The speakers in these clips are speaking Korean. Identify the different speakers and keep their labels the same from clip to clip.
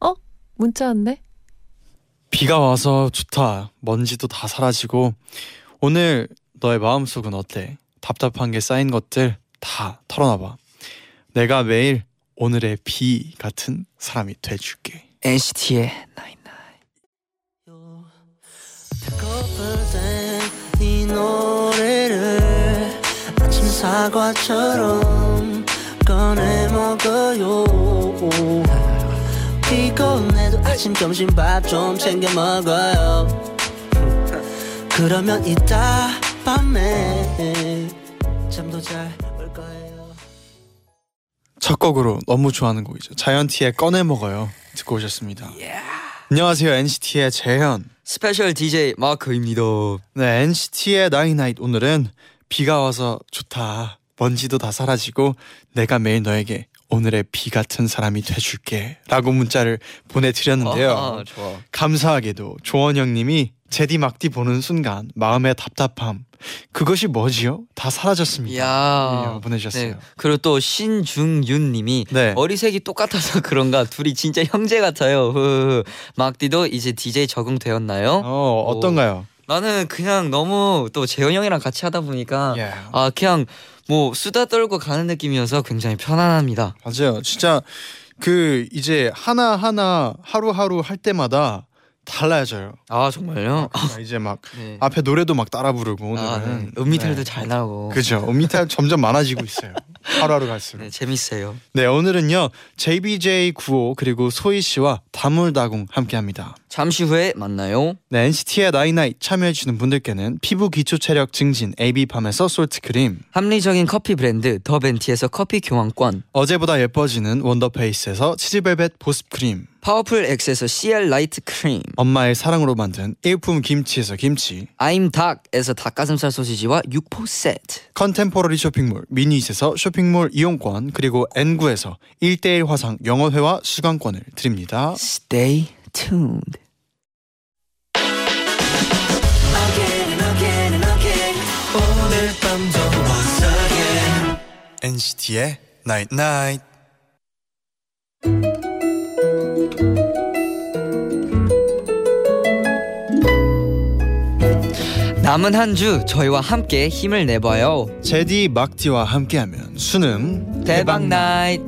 Speaker 1: 어? 문자 왔네?
Speaker 2: 비가 와서 좋다. 먼지도 다 사라지고 오늘 너의 마음속은 어때? 답답한 게 쌓인 것들 다 털어놔봐. 내가 매일 오늘의 비 같은 사람이 돼줄게.
Speaker 3: NCT의 나인
Speaker 4: 배고플 땐이 노래를 아침 사과처럼 꺼내 먹어요 피곤해도 아침 점심 밥 좀 챙겨 먹어요 그러면 이따 밤에 잠도 잘 올 거예요
Speaker 2: 첫 곡으로 너무 좋아하는 곡이죠. 자이언티의 꺼내 먹어요. 듣고 오셨습니다. 안녕하세요. NCT의 재현.
Speaker 3: 스페셜 DJ 마크입니다.
Speaker 2: 네, NCT의 나이나잇 오늘은 비가 와서 좋다. 먼지도 다 사라지고 내가 매일 너에게 오늘의 비 같은 사람이 돼줄게 라고 문자를 보내드렸는데요.
Speaker 3: 아, 좋아.
Speaker 2: 감사하게도 조원영님이 제디 막디 보는 순간 마음의 답답함 그것이 뭐지요? 다 사라졌습니다.
Speaker 3: 이야 네.
Speaker 2: 이야, 보내주셨어요.
Speaker 3: 그리고 또 신중윤님이
Speaker 2: 네.
Speaker 3: 어리색이 똑같아서 그런가 둘이 진짜 형제 같아요. 흐흐흐. 막디도 이제 DJ 적응되었나요?
Speaker 2: 어 어떤가요?
Speaker 3: 나는 그냥 너무 또 재현 형이랑 같이 하다 보니까
Speaker 2: 예.
Speaker 3: 아 그냥 뭐 수다 떨고 가는 느낌이어서 굉장히 편안합니다.
Speaker 2: 맞아요. 진짜 그 이제 하나 하나 하루하루 할 때마다 달라져요.
Speaker 3: 아 정말요?
Speaker 2: 그러니까 이제 막
Speaker 3: 네.
Speaker 2: 앞에 노래도 막 따라 부르고 오늘은
Speaker 3: 아, 네. 음미탈도
Speaker 2: 네.
Speaker 3: 잘 나오고
Speaker 2: 그죠. 음미탈 점점 많아지고 있어요. 하루하루 갈수록.
Speaker 3: 네, 재밌어요.
Speaker 2: 네 오늘은요 JBJ95 그리고 소희 씨와 다물다공 함께합니다.
Speaker 3: 잠시 후에 만나요.
Speaker 2: 네, NCT의 나이나이 참여해주시는 분들께는 피부 기초 체력 증진 AB팜에서 솔트 크림,
Speaker 3: 합리적인 커피 브랜드 더벤티에서 커피 교환권,
Speaker 2: 어제보다 예뻐지는 원더페이스에서 치즈벨벳 보습 크림,
Speaker 3: 파워풀 엑스에서 CL 라이트 크림,
Speaker 2: 엄마의 사랑으로 만든 일품 김치에서 김치,
Speaker 3: 아임 닭에서 닭가슴살 소시지와 육포 세트,
Speaker 2: 컨템포러리 쇼핑몰 미니잇에서 쇼핑몰 이용권, 그리고 N9에서 1대1 화상 영어회화 수강권을 드립니다.
Speaker 3: Stay tuned.
Speaker 4: Again and again and again 오늘 밤도 once again
Speaker 2: NCT의 나이나이
Speaker 3: 남은 한 주 저희와 함께 힘을 내봐요.
Speaker 2: 제디 막디와 함께하면 수능
Speaker 3: 대박 나잇.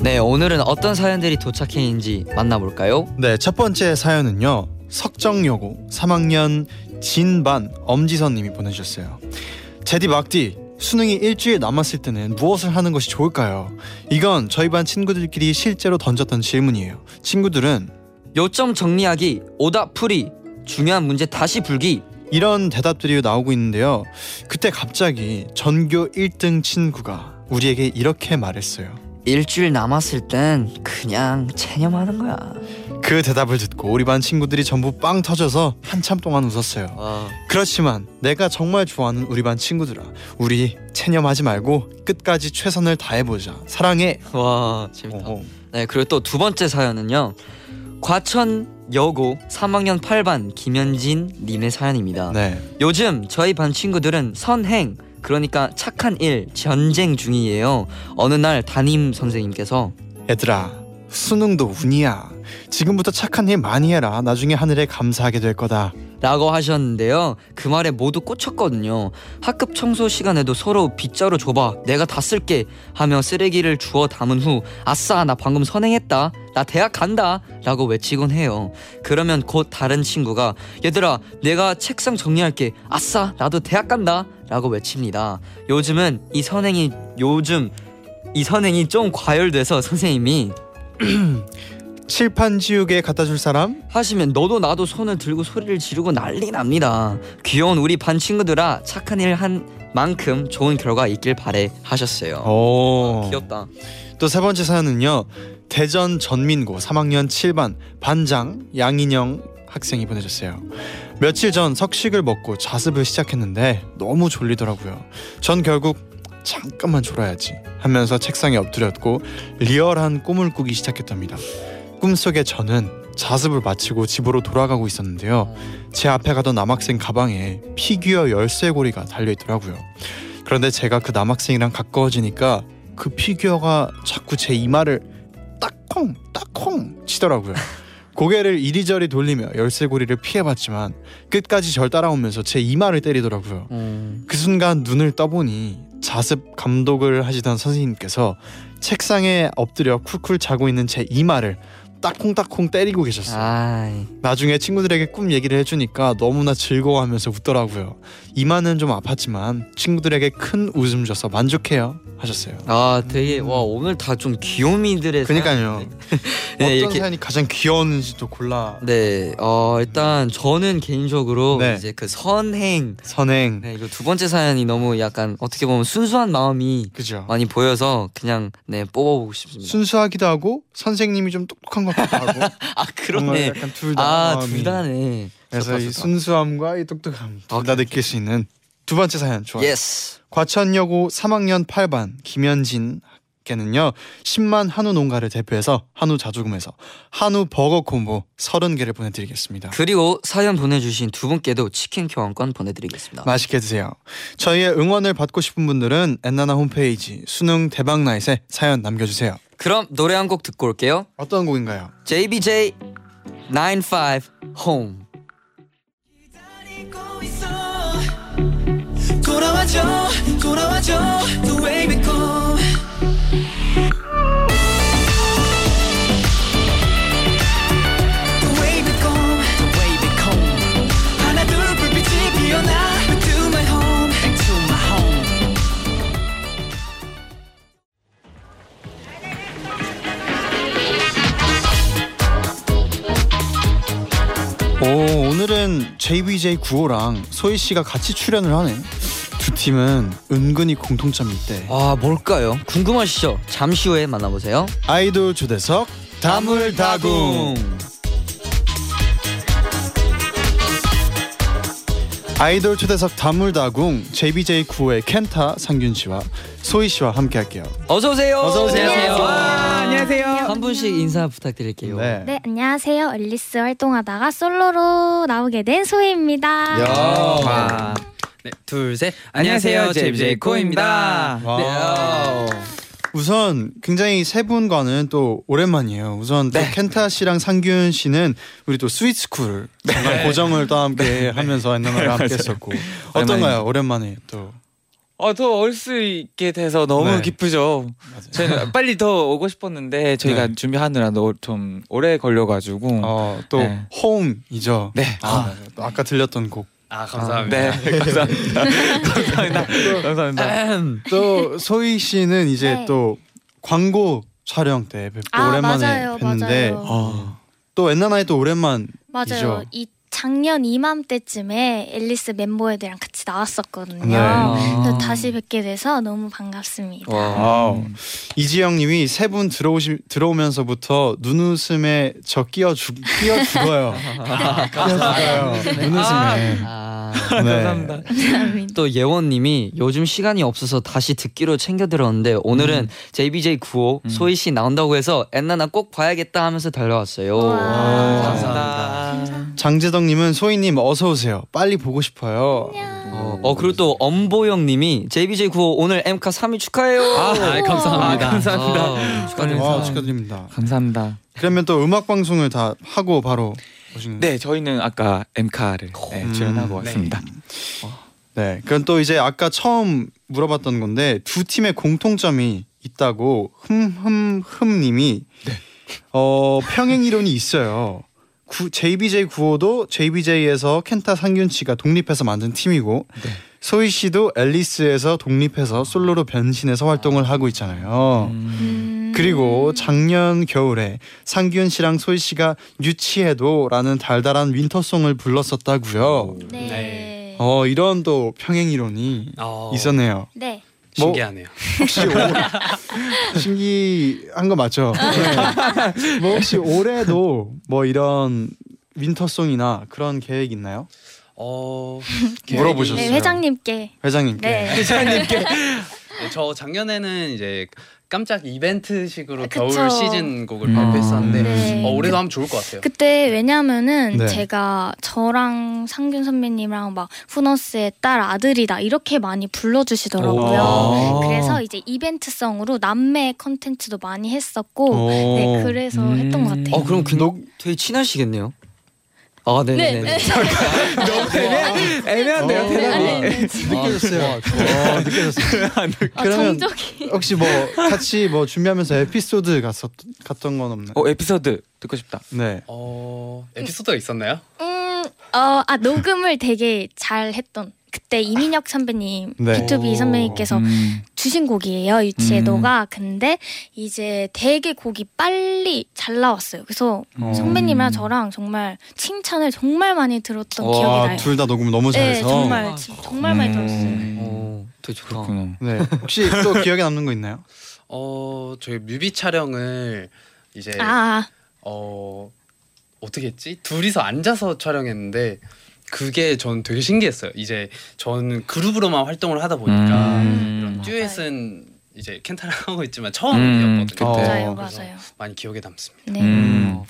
Speaker 3: 네, 오늘은 어떤 사연들이 도착했는지 만나볼까요?
Speaker 2: 네, 첫 번째 사연은요. 석정여고 3학년 진반 엄지선 님이 보내주셨어요. 제디 막디 수능이 일주일 남았을 때는 무엇을 하는 것이 좋을까요? 이건 저희 반 친구들끼리 실제로 던졌던 질문이에요. 친구들은
Speaker 3: 요점 정리하기, 오답 풀이, 중요한 문제 다시 풀기.
Speaker 2: 이런 대답들이 나오고 있는데요. 그때 갑자기 전교 1등 친구가 우리에게 이렇게 말했어요.
Speaker 3: 일주일 남았을 땐 그냥 체념하는 거야.
Speaker 2: 그 대답을 듣고 우리 반 친구들이 전부 빵 터져서 한참 동안 웃었어요. 그렇지만 내가 정말 좋아하는 우리 반 친구들아 우리 체념하지 말고 끝까지 최선을 다해보자 사랑해
Speaker 3: 와, 재밌다.
Speaker 2: 어허.
Speaker 3: 네, 그리고 또 두 번째 사연은요. 과천 여고 3학년 8반 김현진 님의 사연입니다.
Speaker 2: 네
Speaker 3: 요즘 저희 반 친구들은 선행 그러니까 착한 일 전쟁 중이에요. 어느 날 담임 선생님께서
Speaker 2: 얘들아 수능도 운이야 지금부터 착한 일 많이 해라 나중에 하늘에 감사하게 될 거다
Speaker 3: 라고 하셨는데요. 그 말에 모두 꽂혔거든요. 학급 청소 시간에도 서로 빗자루 줘봐. 내가 다 쓸게. 하며 쓰레기를 주워 담은 후, 아싸, 나 방금 선행했다. 나 대학 간다. 라고 외치곤 해요. 그러면 곧 다른 친구가, 얘들아, 내가 책상 정리할게. 아싸, 나도 대학 간다. 라고 외칩니다. 요즘은 이 선행이, 요즘 이 선행이 좀 과열돼서 선생님이
Speaker 2: 칠판 지우개 갖다 줄 사람?
Speaker 3: 하시면 너도 나도 손을 들고 소리를 지르고 난리 납니다. 귀여운 우리 반 친구들아 착한 일 한 만큼 좋은 결과 있길 바래 하셨어요.
Speaker 2: 오.
Speaker 3: 아, 귀엽다.
Speaker 2: 또 세 번째 사연은요. 대전 전민고 3학년 7반 반장 양인영 학생이 보내줬어요. 며칠 전 석식을 먹고 자습을 시작했는데 너무 졸리더라고요. 전 결국 잠깐만 졸아야지 하면서 책상에 엎드렸고 리얼한 꿈을 꾸기 시작했답니다. 꿈속에 저는 자습을 마치고 집으로 돌아가고 있었는데요. 제 앞에 가던 남학생 가방에 피규어 열쇠고리가 달려 있더라고요. 그런데 제가 그 남학생이랑 가까워지니까 그 피규어가 자꾸 제 이마를 딱콩 딱콩 치더라고요. 고개를 이리저리 돌리며 열쇠고리를 피해봤지만 끝까지 절 따라오면서 제 이마를 때리더라고요.
Speaker 3: 음,
Speaker 2: 그 순간 눈을 떠보니 자습 감독을 하시던 선생님께서 책상에 엎드려 쿨쿨 자고 있는 제 이마를 딱콩딱콩 때리고 계셨어요.
Speaker 3: 아이,
Speaker 2: 나중에 친구들에게 꿈 얘기를 해주니까 너무나 즐거워하면서 웃더라고요. 이마는 좀 아팠지만 친구들에게 큰 웃음 줘서 만족해요 하셨어요.
Speaker 3: 아 되게 와 오늘 다 좀 귀요미들의
Speaker 2: 그니까요.
Speaker 3: 사연인데.
Speaker 2: 어떤
Speaker 3: 네, 이렇게
Speaker 2: 사연이 가장 귀여운지 또 골라
Speaker 3: 네, 어 일단 저는 개인적으로
Speaker 2: 네.
Speaker 3: 이제 그 선행
Speaker 2: 선행
Speaker 3: 네, 이거 두 번째 사연이 너무 약간 어떻게 보면 순수한 마음이
Speaker 2: 그죠.
Speaker 3: 많이 보여서 그냥 네 뽑아보고 싶습니다.
Speaker 2: 순수하기도 하고 선생님이 좀 똑똑한 것 같기도 하고
Speaker 3: 아
Speaker 2: 정말
Speaker 3: 그러네.
Speaker 2: 약간 둘 다.
Speaker 3: 아
Speaker 2: 마음이.
Speaker 3: 둘 다네.
Speaker 2: 그래서 이
Speaker 3: 좋다, 좋다.
Speaker 2: 순수함과 이 똑똑함 둘 다
Speaker 3: 오케이,
Speaker 2: 느낄 수 있는 두 번째 사연 좋아요.
Speaker 3: 예스.
Speaker 2: 과천여고 3학년 8반 김현진 께는요 10만 한우 농가를 대표해서 한우 자조금에서 한우 버거 콤보 30개를 보내드리겠습니다
Speaker 3: 그리고 사연 보내주신 두 분께도 치킨 교환권 보내드리겠습니다.
Speaker 2: 맛있게 드세요 저희의 응원을 받고 싶은 분들은 엔나나 홈페이지 수능 대박나잇에 사연 남겨주세요
Speaker 3: 그럼 노래 한 곡 듣고 올게요.
Speaker 2: 어떤 곡인가요?
Speaker 3: JBJ 95 Home.
Speaker 4: 기다리고 있어 돌아와줘 돌아와줘 The way back home The way back home The way back home 하나 둘 불빛이 피어나 Back to my home Back to my home
Speaker 2: 오 오늘은 JBJ 구호랑 소희 씨가 같이 출연을 하네 두 팀은 은근히 공통점이 있대
Speaker 3: 아 뭘까요? 궁금하시죠? 잠시 후에 만나보세요.
Speaker 2: 아이돌 초대석 다물다궁 아이돌 초대석 다물다궁 JBJ 구호의 켄타 상균 씨와 소희 씨와 함께할게요.
Speaker 3: 어서 오세요.
Speaker 2: 어서 오세요.
Speaker 5: 아, 안녕하세요.
Speaker 3: 한 분씩 인사 부탁드릴게요.
Speaker 5: 네, 안녕하세요. 얼리스 활동하다가 솔로로 나오게 된 소희입니다.
Speaker 2: 야.
Speaker 6: 와. 네, 둘, 셋. 안녕하세요. JBJ 코입니다.
Speaker 2: 와.
Speaker 3: 네.
Speaker 2: 우선 굉장히 세 분과는 또 오랜만이에요. 우선 또
Speaker 6: 네.
Speaker 2: 켄타 씨랑 상균 씨는 우리 또 스위트스쿨
Speaker 6: 네.
Speaker 2: 정말 고정을 또 함께 하면서 옛날에 함께 했었고 어떤가요? 오랜만에 또
Speaker 6: 어, 더올수 있게 돼서 너무
Speaker 2: 네.
Speaker 6: 기쁘죠. 저희는 빨리 더 오고 싶었는데 저희가
Speaker 2: 네.
Speaker 6: 준비하느라 너- 좀 오래 걸려가지고.
Speaker 2: 어, 또
Speaker 6: 네.
Speaker 2: 홈이죠.
Speaker 6: 네.
Speaker 2: 아, 또 아까 들렸던 곡.
Speaker 6: 아, 감사합니다. 네, 감사합니다. 감사합니다. 감사합니다.
Speaker 3: 아흠.
Speaker 2: 또 소희 씨는 이제
Speaker 5: 음. 네.
Speaker 2: 또 광고 촬영 때 뵙고
Speaker 5: 아,
Speaker 2: 오랜만에
Speaker 5: 맞아요,
Speaker 2: 뵀는데
Speaker 5: 맞아요.
Speaker 2: 어, 또 엔나나에 또 오랜만
Speaker 5: 맞아요.
Speaker 2: 이죠.
Speaker 5: 이 작년 이맘때쯤에 앨리스 멤버 애들이랑 같이 나왔었거든요.
Speaker 2: 네.
Speaker 5: 그래서
Speaker 3: 아.
Speaker 5: 다시 뵙게 돼서 너무
Speaker 2: 어.
Speaker 5: 반갑습니다.
Speaker 2: 와우. 이지영님이 세 분 들어오시 들어오면서부터 눈웃음에 저 끼어 죽 끼어 죽어요. 끼어 죽어요. 눈웃음에. 네.
Speaker 3: 아.
Speaker 2: 감사합니다.
Speaker 5: 감사합니다.
Speaker 3: 또 예원님이 요즘 시간이 없어서 다시 듣기로 챙겨 들었는데 오늘은 JBJ 95
Speaker 6: 음.
Speaker 3: 소희 씨 나온다고 해서 엔나나 꼭 봐야겠다 하면서 달려왔어요.
Speaker 5: 와.
Speaker 6: 감사합니다.
Speaker 2: 장재덕님은 소희님 어서 오세요. 빨리 보고 싶어요.
Speaker 3: 어, 어, 그리고 또 엄보영님이 JBJ 95 오늘 엠카 3위 축하해요.
Speaker 6: 아,
Speaker 5: 감사합니다.
Speaker 6: 아, 감사합니다.
Speaker 3: 아,
Speaker 2: 와
Speaker 3: 축하드립니다.
Speaker 2: 축하드립니다.
Speaker 6: 감사합니다.
Speaker 2: 그러면 또 음악 방송을 다 하고 바로 오신
Speaker 6: 네, 저희는 아까 엠카를
Speaker 2: 음.
Speaker 6: 네, 출연하고 왔습니다.
Speaker 2: 네. 그럼 또 이제 아까 처음 물어봤던 건데 두 팀의 공통점이 있다고 흠흠흠님이 어 평행 이론이 있어요. 구, JBJ 95도 JBJ에서 켄타 상균 씨가 독립해서 만든 팀이고 소희 씨도 앨리스에서 독립해서 솔로로 변신해서 활동을 하고 있잖아요.
Speaker 6: 음.
Speaker 5: 음.
Speaker 2: 그리고 작년 겨울에 상균 씨랑 소희 씨가 유치해도라는 달달한 윈터송을 불렀었다고요.
Speaker 5: 네. 네.
Speaker 2: 어 이런 또 평행 이론이
Speaker 6: 어,
Speaker 2: 있었네요. 뭐-
Speaker 6: 신기하네요.
Speaker 2: 혹시 올... 신기한 거 맞죠? 네. 뭐 혹시 올해도 뭐 이런 윈터송이나 그런 계획 있나요?
Speaker 6: 어,
Speaker 2: 물어보셨어요.
Speaker 5: 네, 회장님께.
Speaker 2: 회장님께.
Speaker 5: 네.
Speaker 6: 회장님께. 네. 저 작년에는 이제 깜짝 이벤트식으로
Speaker 5: 아, 그쵸.
Speaker 6: 겨울 시즌 곡을
Speaker 2: 음.
Speaker 6: 발표했었는데
Speaker 5: 네.
Speaker 6: 어, 올해도 하면 좋을 것 같아요.
Speaker 5: 그때 왜냐면은
Speaker 2: 네.
Speaker 5: 제가 저랑 상균 선배님이랑 막 후너스의 딸 아들이다 이렇게 많이
Speaker 2: 오.
Speaker 5: 불러주시더라고요. 그래서 이제 이벤트성으로 남매 컨텐츠도 많이 했었고
Speaker 2: 오.
Speaker 5: 네 그래서 했던 것 같아요.
Speaker 3: 어 그럼
Speaker 2: 녹-
Speaker 3: 그 되게 친하시겠네요. 아 네네네.
Speaker 5: 네,
Speaker 2: 애매한데요, 어, 네, 대답이.
Speaker 5: 어, 아니, 아니,
Speaker 2: 느껴졌어요. 어, 느껴졌어요.
Speaker 5: 아,
Speaker 2: 그러면
Speaker 5: 정적이
Speaker 2: 혹시 뭐 같이 뭐 준비하면서 에피소드 갔었 갔던 건 없나요?
Speaker 7: 어 에피소드 듣고 싶다.
Speaker 2: 네.
Speaker 6: 어, 에피소드가 있었나요?
Speaker 5: 음, 음어아 녹음을 되게 잘 했던 그때 이민혁 선배님
Speaker 2: 네.
Speaker 5: B2B 선배님께서
Speaker 7: 음.
Speaker 5: 주신 곡이에요
Speaker 7: 음.
Speaker 5: 유치에도가 근데 이제 되게 곡이 빨리 잘 나왔어요. 그래서 선배님이랑 저랑 정말 칭찬을 정말 많이 들었던 기억이 나요.
Speaker 2: 와둘 다 녹음 너무
Speaker 5: 네,
Speaker 2: 잘해서.
Speaker 5: 정말 지- 정말
Speaker 7: 음.
Speaker 5: 많이
Speaker 6: 음.
Speaker 5: 들었어요.
Speaker 3: 오 되게 좋다.
Speaker 7: 그렇구나.
Speaker 2: 네. 혹시 또 기억에 남는 거 있나요?
Speaker 6: 어, 저희 뮤비 촬영을 이제
Speaker 5: 아,
Speaker 6: 어 어떻게 했지? 둘이서 앉아서 촬영했는데 그게 전 되게 신기했어요. 이제 전 그룹으로만 활동을 하다 보니까
Speaker 7: 음.
Speaker 6: 이런 듀엣은 이제 켄타랑 하고 있지만 처음이었거든요.
Speaker 7: 음,
Speaker 5: 맞아요,
Speaker 2: 어,
Speaker 6: 그래서
Speaker 5: 맞아요.
Speaker 6: 많이 기억에 남습니다.
Speaker 5: 네.
Speaker 7: 음.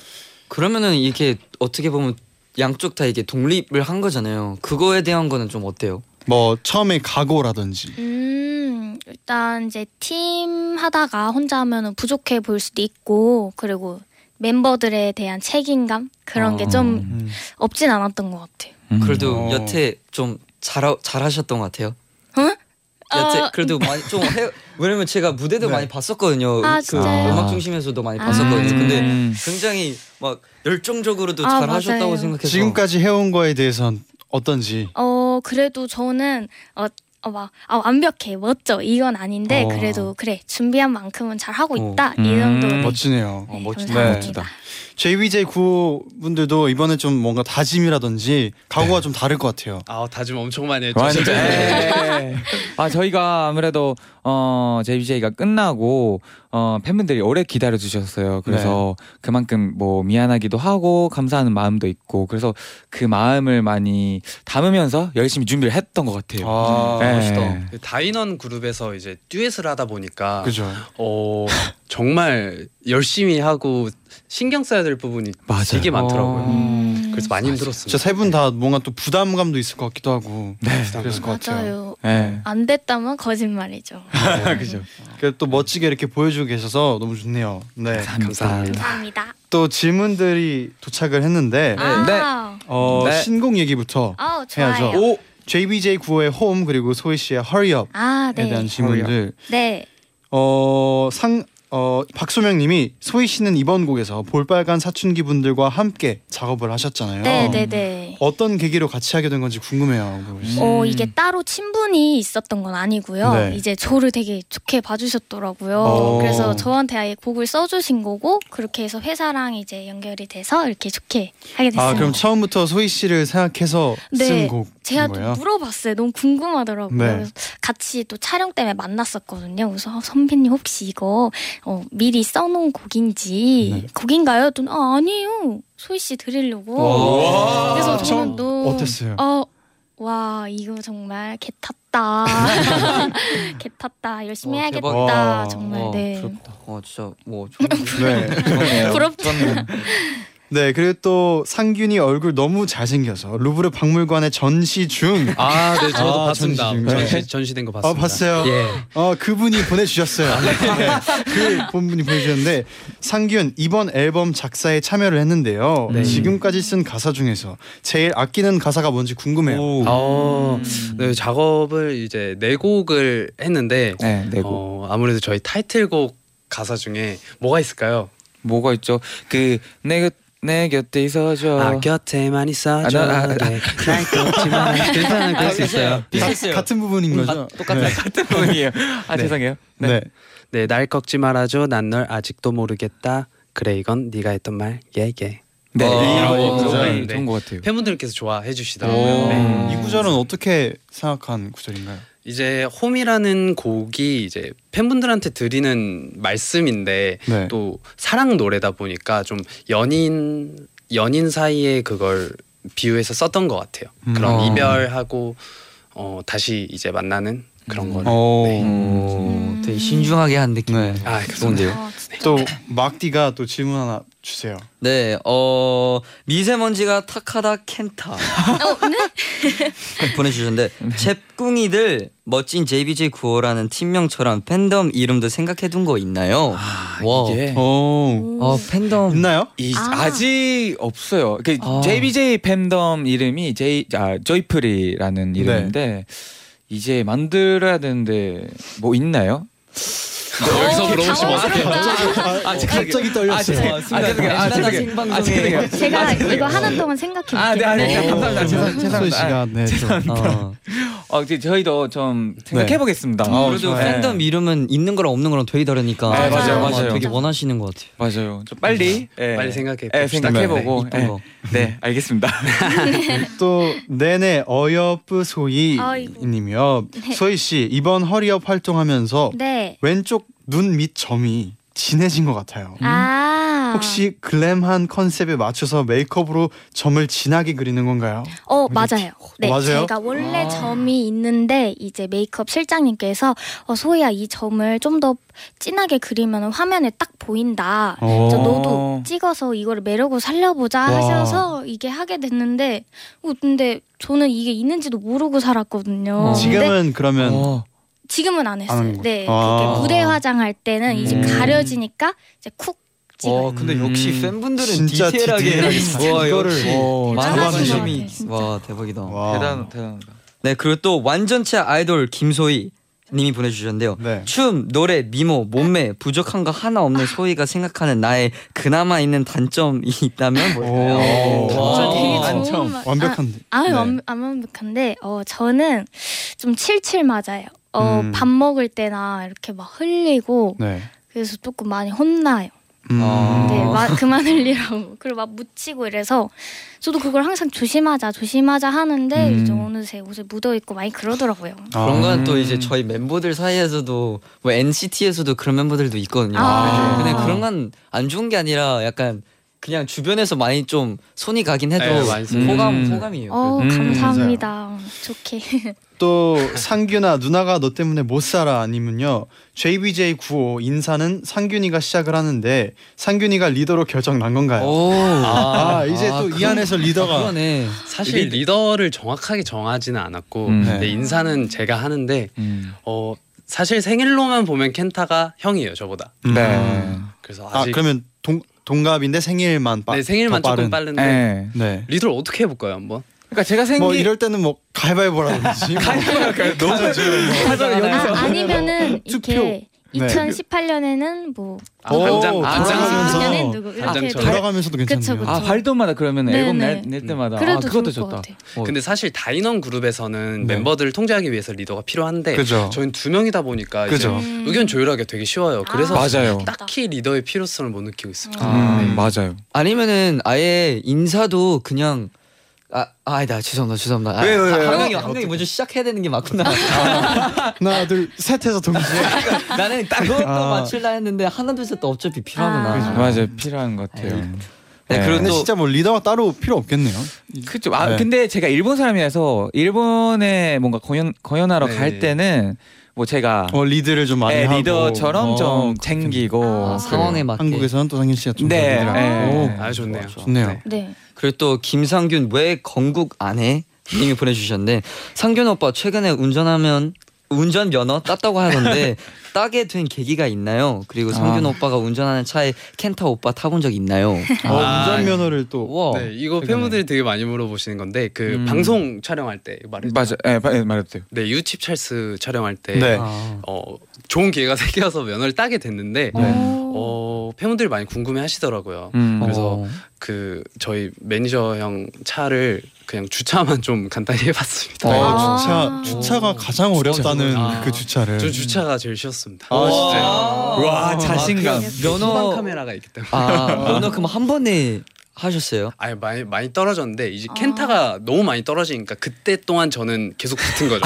Speaker 3: 그러면은 이게 어떻게 보면 양쪽 다 이게 독립을 한 거잖아요. 그거에 대한 거는 좀 어때요?
Speaker 2: 뭐 처음에 각오라든지.
Speaker 5: 음, 일단 이제 팀 하다가 혼자 하면은 부족해 보일 수도 있고 그리고 멤버들에 대한 책임감 그런 게 좀
Speaker 2: 음.
Speaker 5: 없진 않았던 것 같아요.
Speaker 7: 음.
Speaker 3: 그래도
Speaker 2: 어.
Speaker 3: 여태 좀 잘하, 잘하셨던 것 같아요.
Speaker 5: 응?
Speaker 3: 여태
Speaker 5: 어.
Speaker 3: 그래도 많이 좀 해, 왜냐면 제가 무대도
Speaker 2: 네.
Speaker 3: 많이 봤었거든요.
Speaker 5: 아,
Speaker 3: 그
Speaker 5: 진짜요?
Speaker 3: 음악 중심에서도 많이
Speaker 5: 아.
Speaker 3: 봤었거든요. 근데
Speaker 7: 음.
Speaker 3: 굉장히 막 열정적으로도
Speaker 5: 아,
Speaker 3: 잘하셨다고
Speaker 5: 맞아요.
Speaker 3: 생각해서
Speaker 2: 지금까지 해온 거에 대해선 어떤지.
Speaker 5: 어 그래도 저는 어. 어, 막, 아, 완벽해, 멋져, 이건 아닌데,
Speaker 2: 어.
Speaker 5: 그래도, 그래, 준비한 만큼은 잘하고
Speaker 3: 어.
Speaker 5: 있다, 이
Speaker 7: 음.
Speaker 5: 정도. 네,
Speaker 2: 멋지네요.
Speaker 5: 네,
Speaker 2: 멋지다.
Speaker 5: 감사합니다.
Speaker 2: JBJ 구분들도 이번에 좀 뭔가 다짐이라든지 각오가 좀 다를 것 같아요.
Speaker 6: 아 다짐 엄청 많이 네. 했죠.
Speaker 7: 완전.
Speaker 6: 진짜.
Speaker 7: 에이. 아 저희가 아무래도 어 JBJ가 끝나고 어 팬분들이 오래 기다려 주셨어요. 그래서 그만큼 뭐 미안하기도 하고 감사하는 마음도 있고 그래서 그 마음을 많이 담으면서 열심히 준비를 했던 것 같아요.
Speaker 2: 아,
Speaker 7: 네.
Speaker 2: 멋있다.
Speaker 6: 그 다인원 그룹에서 이제 듀엣을 하다 보니까
Speaker 2: 그죠.
Speaker 6: 어 정말 열심히 하고 신경 써야 될 부분이
Speaker 2: 맞아요.
Speaker 6: 되게 많더라고요.
Speaker 7: 어.
Speaker 2: 음,
Speaker 5: 음,
Speaker 6: 그래서 많이 힘들었습니다.
Speaker 2: 진짜 세 분 다 뭔가 또 부담감도 있을 것 같기도 하고.
Speaker 7: 네.
Speaker 2: 그랬을 것 같아요.
Speaker 5: 맞아요.
Speaker 7: 네.
Speaker 5: 안 됐다면 거짓말이죠.
Speaker 2: 그죠. 그래도 또 멋지게 이렇게 보여주고 계셔서 너무 좋네요. 네.
Speaker 6: 감사합니다.
Speaker 5: 감사합니다.
Speaker 2: 또 질문들이 도착을 했는데
Speaker 5: 아,
Speaker 2: 어,
Speaker 7: 네.
Speaker 2: 신곡 얘기부터
Speaker 5: 아우,
Speaker 2: 네, 해야죠.
Speaker 5: 좋아요.
Speaker 2: 오! JBJ 구호의 홈 그리고 소희 씨의 Hurry Up에
Speaker 5: 아, 네.
Speaker 2: 대한 질문들.
Speaker 5: 네.
Speaker 2: 어, 상 어, 박소명 님이 소희 씨는 이번 곡에서 볼빨간 사춘기 분들과 함께 작업을 하셨잖아요.
Speaker 5: 네, 네, 네.
Speaker 2: 어떤 계기로 같이 하게 된 건지 궁금해요. 뭐,
Speaker 5: 어, 이게 따로 친분이 있었던 건 아니고요.
Speaker 2: 네. 어.
Speaker 5: 이제 저를 되게 좋게 봐주셨더라고요.
Speaker 2: 오.
Speaker 5: 그래서 저한테 아예 곡을 써주신 거고, 그렇게 해서 회사랑 이제 연결이 돼서 이렇게 좋게 하게 됐습니다.
Speaker 2: 아, 그럼 처음부터 소희 씨를 생각해서 쓴
Speaker 5: 네,
Speaker 2: 곡인
Speaker 5: 제가
Speaker 2: 거예요?
Speaker 5: 또 물어봤어요. 너무 궁금하더라고요.
Speaker 2: 네.
Speaker 5: 그래서 같이 또 촬영 때문에 만났었거든요. 그래서 어, 선배님 혹시 이거 어, 미리 써놓은 곡인지
Speaker 2: 네.
Speaker 5: 곡인가요? 또 아, 아니에요. 소희 씨 드리려고.
Speaker 2: 와.
Speaker 5: 그래서
Speaker 2: 처음
Speaker 5: 저는 또
Speaker 2: 어땠어요?
Speaker 5: 어, 와 이거 정말 개 탔다. 개 탔다. 열심히
Speaker 3: 와, 대박.
Speaker 5: 해야겠다.
Speaker 2: 와.
Speaker 5: 정말
Speaker 3: 와,
Speaker 5: 네.
Speaker 3: 부럽다. 어 진짜 뭐
Speaker 5: 어,
Speaker 2: 네.
Speaker 5: 부럽다.
Speaker 2: 네, 그리고 또 상균이 얼굴 너무 잘생겨서 루브르 박물관에 전시 중.
Speaker 6: 아, 네, 저도
Speaker 2: 아,
Speaker 6: 봤습니다.
Speaker 2: 전시 중이요?
Speaker 6: 전시, 전시된 거
Speaker 2: 아,
Speaker 6: 봤습니다.
Speaker 2: 봤어요.
Speaker 6: 예.
Speaker 2: 어, 그분이
Speaker 7: 아,
Speaker 2: 보내주셨어요. 네. 그 본분이 보내주셨는데 상균 이번 앨범 작사에 참여를 했는데요.
Speaker 6: 네.
Speaker 2: 지금까지 쓴 가사 중에서 제일 아끼는 가사가 뭔지 궁금해요.
Speaker 7: 아,
Speaker 6: 어, 네, 작업을 이제 네 곡을 했는데
Speaker 7: 네, 네 곡.
Speaker 6: 어, 아무래도 저희 타이틀곡 가사 중에 뭐가 있을까요?
Speaker 7: 뭐가 있죠? 그 내가 내 곁에 있어줘.
Speaker 6: 아 곁에만 있어줘 네.
Speaker 7: 아, 나- 아,
Speaker 6: 날 꺾지만 네. 괜찮아 그럴 수 있어요
Speaker 7: 네.
Speaker 3: 비슷했어요. 음,
Speaker 2: 같은 부분인 거죠?
Speaker 3: 똑같아요.
Speaker 2: 네.
Speaker 7: 같은 분이에요. 아
Speaker 6: 네.
Speaker 7: 죄송해요.
Speaker 2: 네.
Speaker 6: 네날 꺾지 말아줘 난 널 아직도 모르겠다 그래 이건 네가 했던 말 예예
Speaker 7: 네.
Speaker 2: 어,
Speaker 7: 이런
Speaker 2: 이 구절.
Speaker 7: 거 좋은 것 같아요.
Speaker 6: 팬분들께서 좋아해 주시더라고요
Speaker 7: 오.
Speaker 6: 네.
Speaker 2: 이 구절은 어떻게 생각한 구절인가요?
Speaker 6: 이제 홈이라는 곡이 이제 팬분들한테 드리는 말씀인데
Speaker 2: 네.
Speaker 6: 또 사랑 노래다 보니까 좀 연인 연인 사이에 그걸 비유해서 썼던 것 같아요.
Speaker 2: 음.
Speaker 6: 그런
Speaker 2: 어.
Speaker 6: 이별하고 어, 다시 이제 만나는 그런
Speaker 3: 음.
Speaker 7: 어.
Speaker 6: 거를.
Speaker 2: 오.
Speaker 6: 네.
Speaker 3: 오,
Speaker 5: 음.
Speaker 3: 되게 신중하게 한 느낌.
Speaker 2: 네.
Speaker 6: 아,
Speaker 3: 좋은데요.
Speaker 5: 아, 진짜.
Speaker 2: 또 막디가 또 질문 하나 주세요.
Speaker 3: 네, 어 미세먼지가 탁하다 켄타
Speaker 5: 어, 네.
Speaker 3: 보내주셨는데 잽꿍이들 멋진 JBJ 9호라는 팀명처럼 팬덤 이름도 생각해둔 거 있나요?
Speaker 6: 아,
Speaker 3: 와.
Speaker 7: 네.
Speaker 6: 이게
Speaker 2: 오.
Speaker 3: 어 팬덤
Speaker 2: 있나요?
Speaker 7: 이
Speaker 5: 아.
Speaker 7: 아. 직 없어요. 그
Speaker 3: 아.
Speaker 7: JBJ 팬덤 이름이 J 아 조이프리라는 이름인데 이제 만들어야 되는데 뭐 있나요?
Speaker 6: 여기서
Speaker 5: 어,
Speaker 6: 물어보시면 어떡해요?
Speaker 5: 당황스럽다.
Speaker 2: 아, 갑자기 떨렸어요.
Speaker 3: 아, 죄송해요. 아, 죄송해요.
Speaker 5: 제가 이거 하는 동안 생각해
Speaker 7: 아, 네,
Speaker 5: 볼게요.
Speaker 7: 아니,
Speaker 2: 어,
Speaker 7: 감사합니다. 죄송-
Speaker 2: 소희
Speaker 7: 죄송합니다.
Speaker 2: 씨가 네. 좀-
Speaker 3: 어.
Speaker 7: 어, 이제 저희도 좀 생각해 보겠습니다.
Speaker 2: 어,
Speaker 3: 그래도
Speaker 2: 좋아요.
Speaker 3: 팬덤 이름은 있는 거랑 없는 거랑 되게 다르니까
Speaker 7: 네,
Speaker 5: 맞아요,
Speaker 3: 아마
Speaker 7: 맞아요.
Speaker 3: 되게 원하시는 것 같아요.
Speaker 7: 맞아요. 좀 빨리 예.
Speaker 6: 빨리 생각해
Speaker 7: 예,
Speaker 6: 봅시다.
Speaker 7: 생각해보고
Speaker 3: 네, 이쁜
Speaker 7: 예.
Speaker 3: 거.
Speaker 7: 네, 알겠습니다.
Speaker 2: 또 네네 어여쁘
Speaker 5: 아이고.
Speaker 2: 소희님이요. 소희 씨 이번 허리업 활동하면서
Speaker 5: 네.
Speaker 2: 왼쪽 눈 밑 점이 진해진 것 같아요.
Speaker 5: 아.
Speaker 2: 음? 혹시 글램한 컨셉에 맞춰서 메이크업으로 점을 진하게 그리는 건가요?
Speaker 5: 어 맞아요. 네,
Speaker 2: 맞아요?
Speaker 5: 제가 원래 점이 있는데 이제 메이크업 실장님께서 어, 소희야 이 점을 좀 더 진하게 그리면 화면에 딱 보인다. 저
Speaker 2: 어.
Speaker 3: 어.
Speaker 5: 너도 찍어서 이거를 매력으로 살려보자 하셔서 이게 하게 됐는데 어, 근데 저는 이게 있는지도 모르고 살았거든요.
Speaker 7: 어.
Speaker 5: 근데
Speaker 2: 지금은 그러면
Speaker 7: 어.
Speaker 5: 지금은 안
Speaker 2: 안
Speaker 5: 했어요.
Speaker 2: 하는 거.
Speaker 5: 네,
Speaker 2: 아.
Speaker 5: 그게 무대 화장할 때는 이제
Speaker 7: 음.
Speaker 5: 가려지니까 이제 쿡 찍어요.
Speaker 3: 와 근데
Speaker 7: 음.
Speaker 3: 역시 팬분들은
Speaker 2: 진짜
Speaker 3: 디테일하게
Speaker 2: 디테일하게
Speaker 3: 와
Speaker 2: 이거를
Speaker 3: 역시
Speaker 7: 어,
Speaker 5: 대단하신
Speaker 3: 많은
Speaker 5: 것 같아요,
Speaker 3: 관심이
Speaker 5: 진짜.
Speaker 3: 음. 와 대박이다.
Speaker 2: 와.
Speaker 7: 대단 대단하다.
Speaker 3: 네 그리고 또 완전체 아이돌 김소희 님이 보내주셨는데요.
Speaker 2: 네.
Speaker 3: 춤, 노래, 미모, 몸매 부족한 거 하나
Speaker 5: 아.
Speaker 3: 없는 소희가 생각하는 나의 그나마 있는 단점이 있다면 뭐
Speaker 2: 오.
Speaker 3: 뭘까요?
Speaker 2: 어.
Speaker 3: 아.
Speaker 5: 단점 되게 좋은
Speaker 2: 단점.
Speaker 5: 말-
Speaker 2: 완벽한데.
Speaker 5: 아,
Speaker 2: 네.
Speaker 5: 완- 안 완벽한데 어 저는 좀 칠칠 맞아요. 어,
Speaker 2: 음.
Speaker 5: 밥 먹을 때나 이렇게 막 흘리고
Speaker 2: 네.
Speaker 5: 그래서 조금 많이 혼나요.
Speaker 2: 음.
Speaker 3: 아.
Speaker 5: 네, 마- 그만 흘리라고. 그리고 막 묻히고 이래서 저도 그걸 항상 조심하자, 조심하자 하는데
Speaker 2: 음.
Speaker 5: 이제 어느새 옷에 묻어 있고 많이 그러더라고요.
Speaker 2: 아.
Speaker 3: 그런 건 또
Speaker 7: 음.
Speaker 3: 이제 저희 멤버들 사이에서도 뭐 NCT에서도 그런 멤버들도 있거든요.
Speaker 5: 아.
Speaker 3: 근데 그런 건 안 좋은 게 아니라 약간 그냥 주변에서 많이 좀 손이 가긴 해도
Speaker 6: 네, 많이 써요.
Speaker 3: 호감
Speaker 7: 음.
Speaker 3: 호감이에요.
Speaker 5: 어,
Speaker 7: 음,
Speaker 5: 감사합니다. 좋게.
Speaker 2: 또 상균아 누나가 너 때문에 못 살아 아니면요 JBJ 95 인사는 상균이가 시작을 하는데 상균이가 리더로 결정 난 건가요?
Speaker 3: 오.
Speaker 2: 아, 이제 또 이 안에서
Speaker 3: 아,
Speaker 2: 리더가
Speaker 3: 그러네.
Speaker 6: 사실 리더를 정확하게 정하지는 않았고
Speaker 7: 음.
Speaker 6: 네, 인사는 제가 하는데
Speaker 7: 음.
Speaker 6: 어, 사실 생일로만 보면 켄타가 형이에요 저보다.
Speaker 2: 음.
Speaker 7: 네.
Speaker 6: 그래서
Speaker 2: 아
Speaker 6: 아직
Speaker 2: 그러면 동 동갑인데 생일만 빠,
Speaker 6: 네 생일만
Speaker 2: 더
Speaker 6: 조금
Speaker 2: 빠른.
Speaker 6: 빠른데
Speaker 7: 네.
Speaker 2: 네.
Speaker 6: 리더를 어떻게 해볼까요 한번?
Speaker 7: 그러니까 제가 생긴
Speaker 2: 뭐 이럴 때는 뭐 가위바위보라든지 가위바위보 너무
Speaker 7: 하자
Speaker 5: 아, 아니면은
Speaker 2: 투표.
Speaker 5: 이렇게
Speaker 2: 네.
Speaker 5: 2018년에는 뭐
Speaker 6: 아,
Speaker 2: 오,
Speaker 6: 당장 당장
Speaker 2: 당장하면서.
Speaker 6: 아,
Speaker 5: 2018년엔 누구 이렇게
Speaker 6: 당장처럼.
Speaker 5: 해도
Speaker 2: 돌아가면서도
Speaker 5: 그쵸,
Speaker 2: 괜찮네요.
Speaker 5: 그쵸.
Speaker 7: 아 활동마다 그러면
Speaker 5: 네,
Speaker 7: 앨범
Speaker 5: 네.
Speaker 7: 낼, 낼 때마다 아
Speaker 5: 그래도
Speaker 7: 그것도
Speaker 5: 좋을 것
Speaker 7: 좋다.
Speaker 5: 같아요.
Speaker 6: 근데 사실 다인원 그룹에서는
Speaker 2: 네.
Speaker 6: 멤버들을 통제하기 위해서 리더가 필요한데
Speaker 2: 그죠.
Speaker 6: 네. 저희는 두 명이다 보니까
Speaker 2: 그죠.
Speaker 6: 이제
Speaker 5: 음.
Speaker 6: 의견 조율하기 되게 쉬워요. 그래서
Speaker 7: 아, 맞아요.
Speaker 6: 딱히 리더의 필요성을 못 느끼고 있습니다.
Speaker 3: 아,
Speaker 7: 음, 맞아요.
Speaker 3: 아니면은 아예 인사도 그냥 아, 아니다 죄송합니다 죄송합니다. 아,
Speaker 2: 왜, 왜, 왜?
Speaker 3: 한 명이 한 명이 먼저 시작해야 되는 게 맞구나.
Speaker 2: 하나 둘셋 해서 동시에
Speaker 3: 나는 그것도
Speaker 2: 아.
Speaker 3: 맞출라 했는데 하나 둘 셋도 어차피 필요하구나.
Speaker 5: 아.
Speaker 7: 맞아요 필요한 것 같아요.
Speaker 3: 네,
Speaker 7: 네.
Speaker 3: 그리고
Speaker 2: 근데
Speaker 3: 또
Speaker 2: 진짜 뭐 리더가 따로 필요 없겠네요.
Speaker 7: 그죠. 아
Speaker 2: 네.
Speaker 7: 근데 제가 일본 사람이라서 일본에 뭔가 공연 공연하러
Speaker 6: 네.
Speaker 7: 갈 때는 뭐 제가
Speaker 2: 어 리드를 좀 많이
Speaker 7: 예,
Speaker 2: 하고
Speaker 7: 리더처럼
Speaker 2: 어,
Speaker 7: 좀
Speaker 2: 그렇군요.
Speaker 7: 챙기고
Speaker 5: 아,
Speaker 3: 어, 상황에 맞게
Speaker 2: 한국에서는 또 상일 씨가 좀
Speaker 7: 네,
Speaker 2: 리드를
Speaker 7: 네.
Speaker 2: 하고.
Speaker 6: 아 좋네요.
Speaker 3: 좋아, 좋아.
Speaker 2: 좋네요.
Speaker 6: 네.
Speaker 5: 네.
Speaker 3: 그리고 또 김상균 왜 건국 안 해? 님이 보내주셨는데 상균 오빠 최근에 운전하면 운전 면허 땄다고 하던데 따게 된 계기가 있나요?
Speaker 2: 아.
Speaker 3: 그리고 성균 오빠가 운전하는 차에 켄타 오빠 타본 적 있나요?
Speaker 2: 어,
Speaker 6: 아,
Speaker 2: 운전면허를 또
Speaker 3: 우와.
Speaker 6: 네, 이거
Speaker 7: 최근에.
Speaker 6: 팬분들이 되게 많이 물어보시는 건데 그
Speaker 7: 음.
Speaker 6: 방송 촬영할 때 말했죠.
Speaker 7: 맞아, 예, 바- 예, 말해도 돼요.
Speaker 6: 네, 유칩 찰스 촬영할 때
Speaker 2: 네.
Speaker 3: 아.
Speaker 6: 어, 좋은 기회가 생겨서 면허를 따게 됐는데 어, 팬분들이 많이 궁금해 하시더라고요.
Speaker 7: 음,
Speaker 6: 그래서
Speaker 3: 어.
Speaker 6: 그 저희 매니저 형 차를 그냥 주차만 좀 간단히 해봤습니다.
Speaker 2: 어,
Speaker 5: 아.
Speaker 2: 주차 주차가 가장 어렵다는
Speaker 6: 아.
Speaker 2: 그 주차를
Speaker 6: 저 주차가 제일 쉬웠습니다.
Speaker 2: 아, 진짜요?
Speaker 7: 와, 자신감.
Speaker 6: 후방
Speaker 3: 면허
Speaker 6: 카메라가 있기 때문에.
Speaker 7: 어.
Speaker 3: 아 면허 그럼 한 번에 하셨어요?
Speaker 6: 아니 많이 많이 떨어졌는데 이제
Speaker 5: 아.
Speaker 6: 켄타가 너무 많이 떨어지니까 그때 동안 저는 계속 붙은 거죠.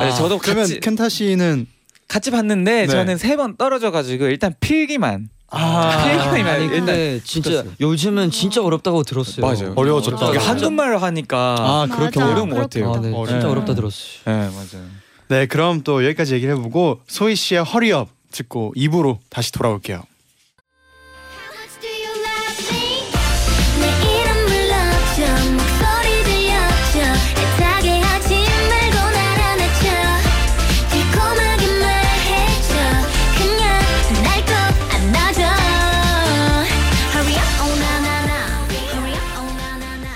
Speaker 7: 네, 저도
Speaker 2: 아. 그러면
Speaker 7: 같이,
Speaker 2: 켄타 씨는
Speaker 7: 같이 봤는데
Speaker 2: 네.
Speaker 7: 저는 세 번 떨어져가지고 일단 필기만. 필기만이면
Speaker 3: 아니
Speaker 7: 일단
Speaker 3: 근데 진짜 요즘은 진짜 어렵다고 들었어요.
Speaker 7: 맞아요.
Speaker 2: 어려워졌다.
Speaker 7: 이게
Speaker 5: 진짜.
Speaker 7: 한국말로 하니까.
Speaker 2: 아, 그렇게
Speaker 5: 맞아.
Speaker 2: 어려운
Speaker 7: 것 같아요.
Speaker 3: 아,
Speaker 5: 그렇구나.
Speaker 3: 네, 진짜
Speaker 7: 어려워요.
Speaker 3: 어렵다 들었어요.
Speaker 7: 네, 맞아요.
Speaker 2: 네 그럼 또 여기까지 얘기를 해보고 소희 씨의 허리업 듣고 입으로 다시 돌아올게요.
Speaker 8: 내 이름 불러줘 목소리 들려줘 애타게 하지 말고 날 안아줘 달콤하게 말해줘 그냥 날꼭 안아줘 Hurry up, oh na na na Hurry up, oh na na na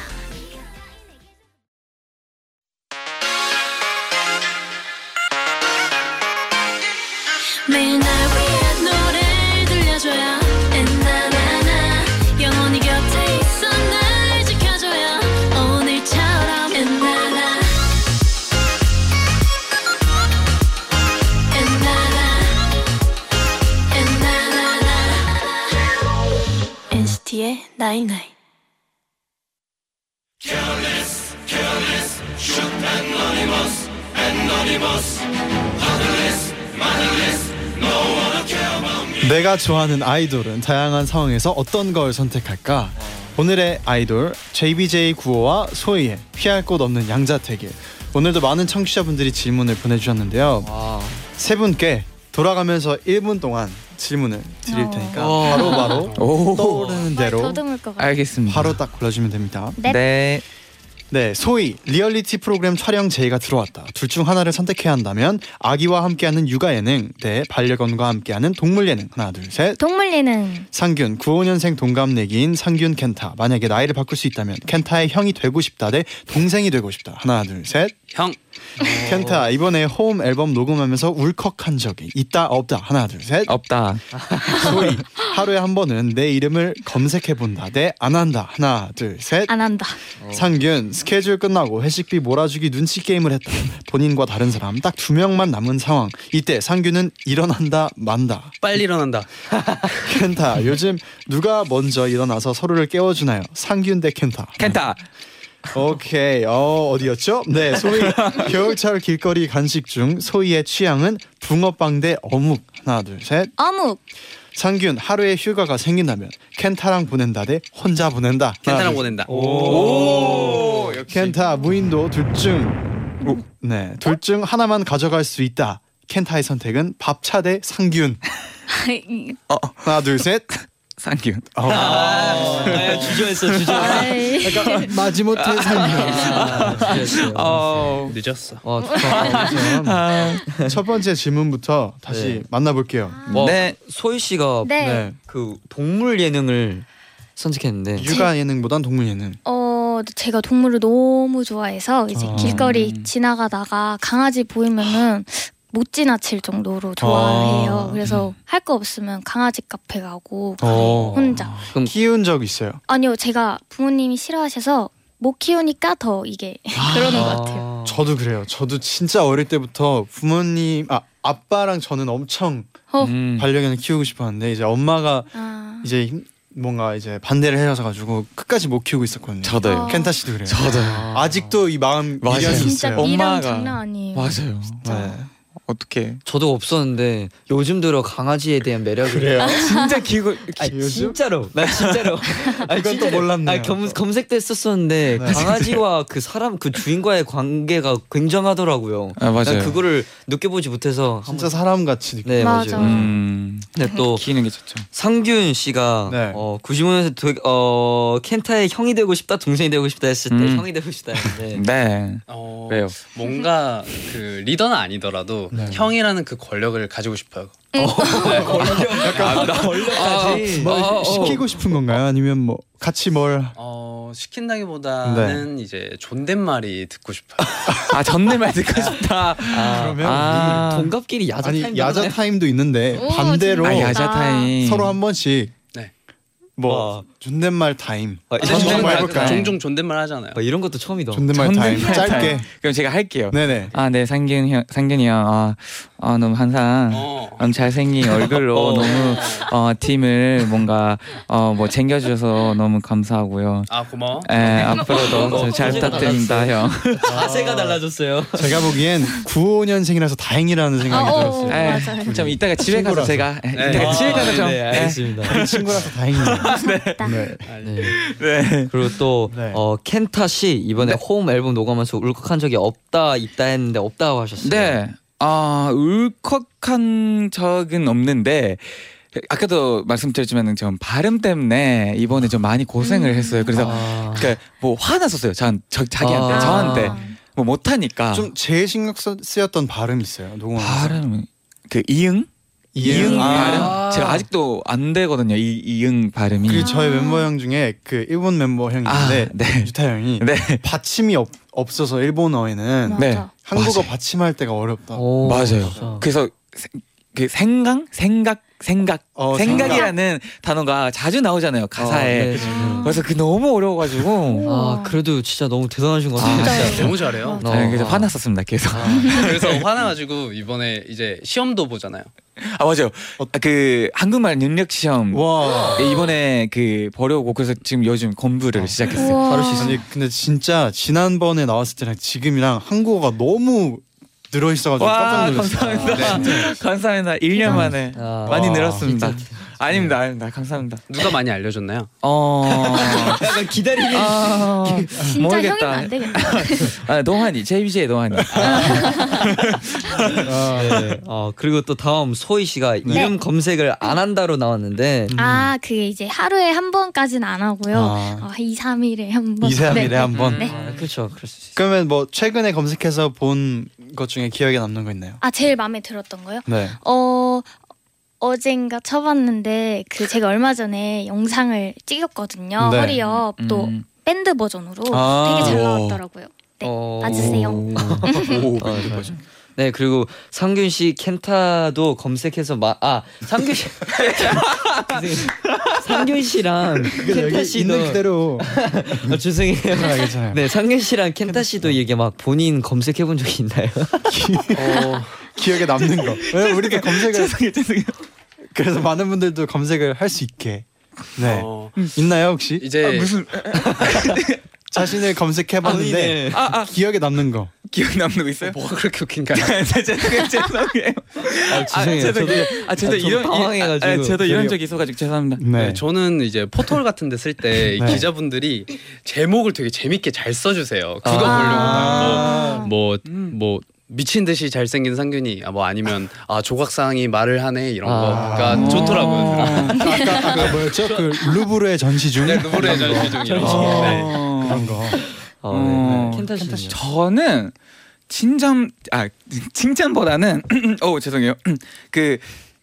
Speaker 8: 매일 날 위한 노래를 들려줘요 엔나나나 영원히 곁에 있어 날 지켜줘요 오늘처럼 엔나나 엔나나 엔나나나 NCT의 나잇나잇
Speaker 2: 내가 좋아하는 아이돌은 다양한 상황에서 어떤 걸 선택할까? 오늘의 아이돌 JBJ 구호와 소희의 피할 곳 없는 양자택일. 오늘도 많은 청취자분들이 질문을 보내주셨는데요.
Speaker 3: 와.
Speaker 2: 세 분께 돌아가면서 1분 동안 질문을 드릴
Speaker 5: 어.
Speaker 2: 테니까
Speaker 3: 어.
Speaker 2: 바로 바로
Speaker 7: 오.
Speaker 2: 떠오르는 대로
Speaker 5: 네. 더듬을 것 같아요.
Speaker 7: 알겠습니다.
Speaker 2: 바로 딱 골라주면 됩니다.
Speaker 5: 넵.
Speaker 7: 네.
Speaker 2: 네, 소희 리얼리티 프로그램 촬영 제의가 들어왔다. 둘 중 하나를 선택해야 한다면 아기와 함께하는 육아 예능 대 반려견과 함께하는 동물 예능 하나 둘 셋.
Speaker 5: 동물 예능.
Speaker 2: 상균 95년생 동갑내기인 상균 켄타 만약에 나이를 바꿀 수 있다면 켄타의 형이 되고 싶다 대 동생이 되고 싶다 하나 둘셋
Speaker 6: 형
Speaker 2: 켄타 이번에 홈 앨범 녹음하면서 울컥한 적이 있다 없다 하나 둘셋
Speaker 7: 없다.
Speaker 2: 소희 하루에 한 번은 내 이름을 검색해 본다 대 안 한다 하나 둘셋
Speaker 5: 안 한다.
Speaker 2: 상균 스케줄 끝나고 회식비 몰아주기 눈치 게임을 했다 본인과 다른 사람 딱 두 명만 남은 상황 이때 상균은 일어난다 만다
Speaker 6: 빨리 일어난다.
Speaker 2: 켄타 요즘 누가 먼저 일어나서 서로를 깨워주나요? 상균 대 켄타.
Speaker 7: 켄타.
Speaker 2: 오케이. 어 어디였죠? 네 소희 겨울철 길거리 간식 중 소희의 취향은 붕어빵 대 어묵. 하나 둘 셋.
Speaker 5: 어묵.
Speaker 2: 상균 하루에 휴가가 생긴다면 켄타랑 보낸다 대 혼자 보낸다. 하나,
Speaker 6: 켄타랑
Speaker 2: 둘,
Speaker 6: 보낸다.
Speaker 7: 오.
Speaker 2: 셋. 켄타 무인도 둘중 네, 둘 중 하나만 가져갈 수 있다. 켄타의 선택은 밥차 대 상균. 하나 둘 셋.
Speaker 7: 상균.
Speaker 2: 어.
Speaker 3: 아, 주저했어 주저.
Speaker 5: 아이.
Speaker 2: 약간 마지못해 상균.
Speaker 7: 아,
Speaker 3: 아,
Speaker 7: 어.
Speaker 6: 늦었어.
Speaker 3: 와
Speaker 7: 아,
Speaker 3: 좋다. 아,
Speaker 2: 첫 번째 질문부터 다시
Speaker 3: 네.
Speaker 2: 만나볼게요.
Speaker 3: 와,
Speaker 7: 네.
Speaker 3: 소희 씨가
Speaker 5: 네.
Speaker 2: 네.
Speaker 3: 그 동물 예능을 선택했는데
Speaker 2: 육아 예능보단 동물 예능.
Speaker 5: 어 제가 동물을 너무 좋아해서 이제
Speaker 2: 아.
Speaker 5: 길거리 지나가다가 강아지 보이면은 못 지나칠 정도로 좋아해요.
Speaker 2: 아.
Speaker 5: 그래서 할 거 없으면 강아지 카페 가고
Speaker 2: 어.
Speaker 5: 혼자.
Speaker 3: 그럼
Speaker 2: 키운 적 있어요.
Speaker 5: 아니요 제가 부모님이 싫어하셔서 못 키우니까 더 이게 그러는 것 같아요.
Speaker 2: 저도 그래요. 저도 진짜 어릴 때부터 부모님 아 아빠랑 저는 엄청
Speaker 5: 어.
Speaker 7: 음.
Speaker 2: 반려견을 키우고 싶었는데 이제 엄마가
Speaker 5: 아.
Speaker 2: 이제 힘- 뭔가 이제 반대를 해서 가지고 끝까지 못 키우고 있었거든요. 아.
Speaker 7: 저도요.
Speaker 5: 어.
Speaker 2: 켄타 씨도 그래요.
Speaker 7: 저도요.
Speaker 2: 아직도 이 마음
Speaker 7: 맞아요.
Speaker 2: 미련이
Speaker 5: 진짜
Speaker 2: 있어요.
Speaker 7: 미-
Speaker 5: 미랑
Speaker 7: 엄마가-
Speaker 5: 장난 아니에요.
Speaker 7: 맞아요.
Speaker 2: 네.
Speaker 7: 어떻게?
Speaker 3: 저도 없었는데 요즘 들어 강아지에 대한 매력을
Speaker 2: 그래요.
Speaker 7: 진짜 기고
Speaker 3: 아니,
Speaker 2: 요즘?
Speaker 3: 진짜로 나 진짜로 아니,
Speaker 2: 그건 또
Speaker 3: 진짜로.
Speaker 2: 몰랐네요.
Speaker 3: 아니, 검, 검색도 했었었는데
Speaker 2: 네.
Speaker 3: 강아지와 그 사람 그 주인과의 관계가 굉장하더라고요.
Speaker 7: 아, 맞아요.
Speaker 3: 난 그거를 느껴보지 못해서
Speaker 2: 진짜
Speaker 3: 한번-
Speaker 2: 사람 같이 느껴.
Speaker 3: 네 맞아요.
Speaker 5: 맞아.
Speaker 7: 음.
Speaker 3: 근데 또
Speaker 7: 키는 게 좋죠.
Speaker 3: 상균 씨가
Speaker 2: 네.
Speaker 3: 어, 95년에 되, 어, 켄타의 형이 되고 싶다 동생이 되고 싶다 했을 때
Speaker 7: 음.
Speaker 3: 형이 되고 싶다 했는데
Speaker 7: 네.
Speaker 6: 어,
Speaker 7: 왜요?
Speaker 6: 뭔가 그 리더는 아니더라도
Speaker 2: 네.
Speaker 6: 형이라는 그 권력을 가지고 싶어요.
Speaker 7: 약간
Speaker 3: 권력까지.
Speaker 2: 뭐 시키고 싶은 건가요? 아니면 뭐 같이 뭘
Speaker 6: 어
Speaker 2: 네.
Speaker 6: 시킨다기보다는 이제 존댓말이 듣고 싶어요.
Speaker 7: 아 전내말 듣고 싶다.
Speaker 2: 그러면
Speaker 7: 아.
Speaker 3: 동갑끼리 야자
Speaker 2: 아니
Speaker 3: 타임
Speaker 2: 야자 타임도 있는데
Speaker 5: 오,
Speaker 2: 반대로
Speaker 7: 아
Speaker 5: 진짜.
Speaker 7: 야자 타임.
Speaker 2: 서로 한 번씩
Speaker 6: 네.
Speaker 2: 뭐
Speaker 7: 아.
Speaker 3: 와.
Speaker 2: 존댓말 타임
Speaker 3: 아,
Speaker 2: 한번
Speaker 3: 존댓말
Speaker 2: 한번
Speaker 6: 종종,
Speaker 2: 해볼까요? 뭐
Speaker 3: 타임.
Speaker 6: 종종 존댓말 하잖아요.
Speaker 3: 아, 이런 것도 처음이다.
Speaker 2: 존댓말 타임
Speaker 7: 존댓말
Speaker 2: 짧게
Speaker 7: 그럼 제가 할게요.
Speaker 2: 네네
Speaker 7: 아 네 상균 형 상균이 형. 아, 아 너무 항상
Speaker 6: 어.
Speaker 7: 음, 잘생긴 얼굴로
Speaker 3: 어.
Speaker 7: 너무 어, 팀을 뭔가 어, 뭐 챙겨주셔서 너무 감사하고요.
Speaker 6: 아 고마워.
Speaker 7: 에, 앞으로도 잘 부탁드립니다, 형.
Speaker 3: 아, 자세가
Speaker 7: 아,
Speaker 3: 달라졌어요.
Speaker 2: 제가 보기엔 95년생이라서 다행이라는 생각이
Speaker 5: 아, 어,
Speaker 2: 들었어요
Speaker 5: 어.
Speaker 7: 에,
Speaker 5: 맞아요.
Speaker 7: 예. 좀 이따가 집에 가서
Speaker 2: 친구라서.
Speaker 7: 제가 에,
Speaker 6: 네.
Speaker 7: 이따가
Speaker 6: 아,
Speaker 7: 집에 가서 좀 예.
Speaker 3: 네,
Speaker 7: 에,
Speaker 3: 알겠습니다.
Speaker 2: 친구라서 다행이네요
Speaker 5: 고맙다.
Speaker 2: 네.
Speaker 3: 네.
Speaker 7: 네.
Speaker 3: 그리고 또
Speaker 2: 네.
Speaker 3: 어, 켄타 씨 이번에 홈 앨범 녹음하면서 울컥한 적이 없다 있다 했는데 없다고 하셨어요.
Speaker 7: 네. 아, 울컥한 적은 없는데 아까도 말씀드렸지만 전 발음 때문에 이번에 좀 많이 고생을 했어요. 그래서
Speaker 3: 아.
Speaker 7: 그러니까 뭐 화났었어요. 전 저, 자기한테
Speaker 3: 아.
Speaker 2: 네.
Speaker 7: 저한테 뭐 못하니까
Speaker 2: 좀 제일 신경 쓰- 쓰였던 발음 있어요 녹음하면서
Speaker 7: 발음 그 이응 이응
Speaker 2: 이응 아.
Speaker 7: 발음 제가 아직도 안 되거든요. 이 이응 발음이.
Speaker 2: 그리고 저희 멤버 형 중에 그 일본 멤버 형이
Speaker 7: 아,
Speaker 2: 있는데
Speaker 7: 네.
Speaker 2: 유타 형이
Speaker 7: 네.
Speaker 2: 받침이 없, 없어서 일본어에는
Speaker 5: 맞아.
Speaker 7: 네.
Speaker 2: 한국어
Speaker 7: 맞아요.
Speaker 2: 받침할 때가 어렵다
Speaker 3: 오, 그렇죠.
Speaker 7: 맞아요.
Speaker 3: 진짜.
Speaker 7: 그래서 세- 그 생각 생각 생각
Speaker 2: 어,
Speaker 7: 생각이라는 단어가 자주 나오잖아요 가사에.
Speaker 3: 네, 네.
Speaker 7: 그래서 그 너무 어려워가지고.
Speaker 3: 아
Speaker 5: 우와.
Speaker 3: 그래도 진짜 너무 대단하신 것 같아요.
Speaker 7: 진짜요?
Speaker 3: 진짜.
Speaker 6: 너무 잘해요.
Speaker 3: 어.
Speaker 7: 네, 그래서 화났었습니다 계속. 아,
Speaker 6: 그래서 화나가지고 이번에 이제 시험도 보잖아요.
Speaker 7: 맞아요. 아, 그 한국말 능력 시험
Speaker 2: 와
Speaker 7: 이번에 그 보려고 그래서 지금 요즘 공부를 시작했어요.
Speaker 5: 우와.
Speaker 2: 아니 근데 진짜 지난번에 나왔을 때랑 지금이랑 한국어가 너무 늘어 있어가지고 깜짝
Speaker 7: 와
Speaker 2: 놀랐어요.
Speaker 7: 감사합니다. 감사합니다. 1년 만에
Speaker 3: 아,
Speaker 7: 많이
Speaker 3: 와,
Speaker 7: 늘었습니다.
Speaker 3: 진짜.
Speaker 7: 아닙니다, 아닙니다. 감사합니다.
Speaker 6: 누가 많이 알려줬나요?
Speaker 7: 어.
Speaker 3: 약간 기다리는
Speaker 7: 아,
Speaker 5: 진짜 형이면 안 되겠다.
Speaker 7: 아, 노환이, JBJ 노환이.
Speaker 2: 아.
Speaker 3: 네. 어, 그리고 또 다음 소희 씨가
Speaker 7: 네.
Speaker 3: 이름 검색을 안 한다로
Speaker 7: 음.
Speaker 3: 나왔는데
Speaker 5: 아 그게 이제 하루에 한 번까지는 안 하고요.
Speaker 2: 음. 아,
Speaker 5: 아, 2, 3일에 한 번.
Speaker 2: 2, 3일에
Speaker 5: 네.
Speaker 2: 한 번.
Speaker 5: 네.
Speaker 3: 아, 그렇죠, 그럴 수 있어요.
Speaker 2: 그러면 뭐 최근에 검색해서 본 것 중에 기억에 남는 거 있나요?
Speaker 5: 아 제일 마음에 들었던 거요?
Speaker 2: 네.
Speaker 5: 어 어젠가 쳐봤는데 그 제가 얼마 전에 영상을 찍었거든요
Speaker 2: 네.
Speaker 5: 허리업 또
Speaker 7: 음.
Speaker 5: 밴드 버전으로
Speaker 2: 아.
Speaker 5: 되게 잘
Speaker 2: 오.
Speaker 5: 나왔더라고요. 네,
Speaker 3: 어,
Speaker 5: 봐주세요.
Speaker 2: 오,
Speaker 3: 아, 네. 네 그리고 상균 씨 켄타도 검색해서 마아 상균 씨 상균 씨랑 켄타
Speaker 2: 여기
Speaker 3: 씨도
Speaker 2: 있는 그대로
Speaker 3: 아, 죄송해요.
Speaker 2: 괜찮아요, 괜찮아요.
Speaker 3: 네 상균 씨랑 켄타 씨도 이게 막 본인 검색해 본 적이 있나요?
Speaker 2: 기억에 남는 거. 왜 우리도 검색을 그래서 많은 분들도 검색을 할 수 있게. 네.
Speaker 6: 어,
Speaker 2: 있나요 혹시?
Speaker 6: 이제
Speaker 2: 자신을 검색해봤는데
Speaker 7: 아, 아,
Speaker 2: 기억에 남는 거.
Speaker 7: 기억 남는 거 있어요?
Speaker 6: 뭐가 그렇게 웃긴가요?
Speaker 2: 네.
Speaker 7: 죄송해요, 죄송해요.
Speaker 3: 아, 죄송해요. 저도
Speaker 7: 아, 저도
Speaker 3: 아, 저도
Speaker 7: 이런
Speaker 3: 당황해가지고. 음.
Speaker 7: 아, 아, 저도 이런
Speaker 2: 저도요.
Speaker 7: 적이 있어가지고 죄송합니다.
Speaker 2: 네.
Speaker 6: 네, 저는 이제 포털 같은 데 쓸 때
Speaker 2: 네.
Speaker 6: 기자분들이 제목을 되게 재밌게 잘 써주세요. 그거
Speaker 2: 아.
Speaker 6: 보려고 뭐, 뭐,
Speaker 7: 음.
Speaker 6: 뭐 미친 듯이 잘생긴 상균이 아, 뭐 아니면 아 조각상이 말을 하네 이런 거가 그러니까
Speaker 2: 아.
Speaker 7: 어.
Speaker 6: 좋더라고요.
Speaker 2: 아까 아까 뭐였죠? 그 루브르의 전시 중.
Speaker 6: 네, 루브르의 전시 중 이런 거. 네.
Speaker 7: 어.
Speaker 2: 그런 거.
Speaker 3: 아,
Speaker 7: 어,
Speaker 3: 네. 켄타 씨는요?
Speaker 7: 저는 칭찬 아 칭찬보다는 어 죄송해요 그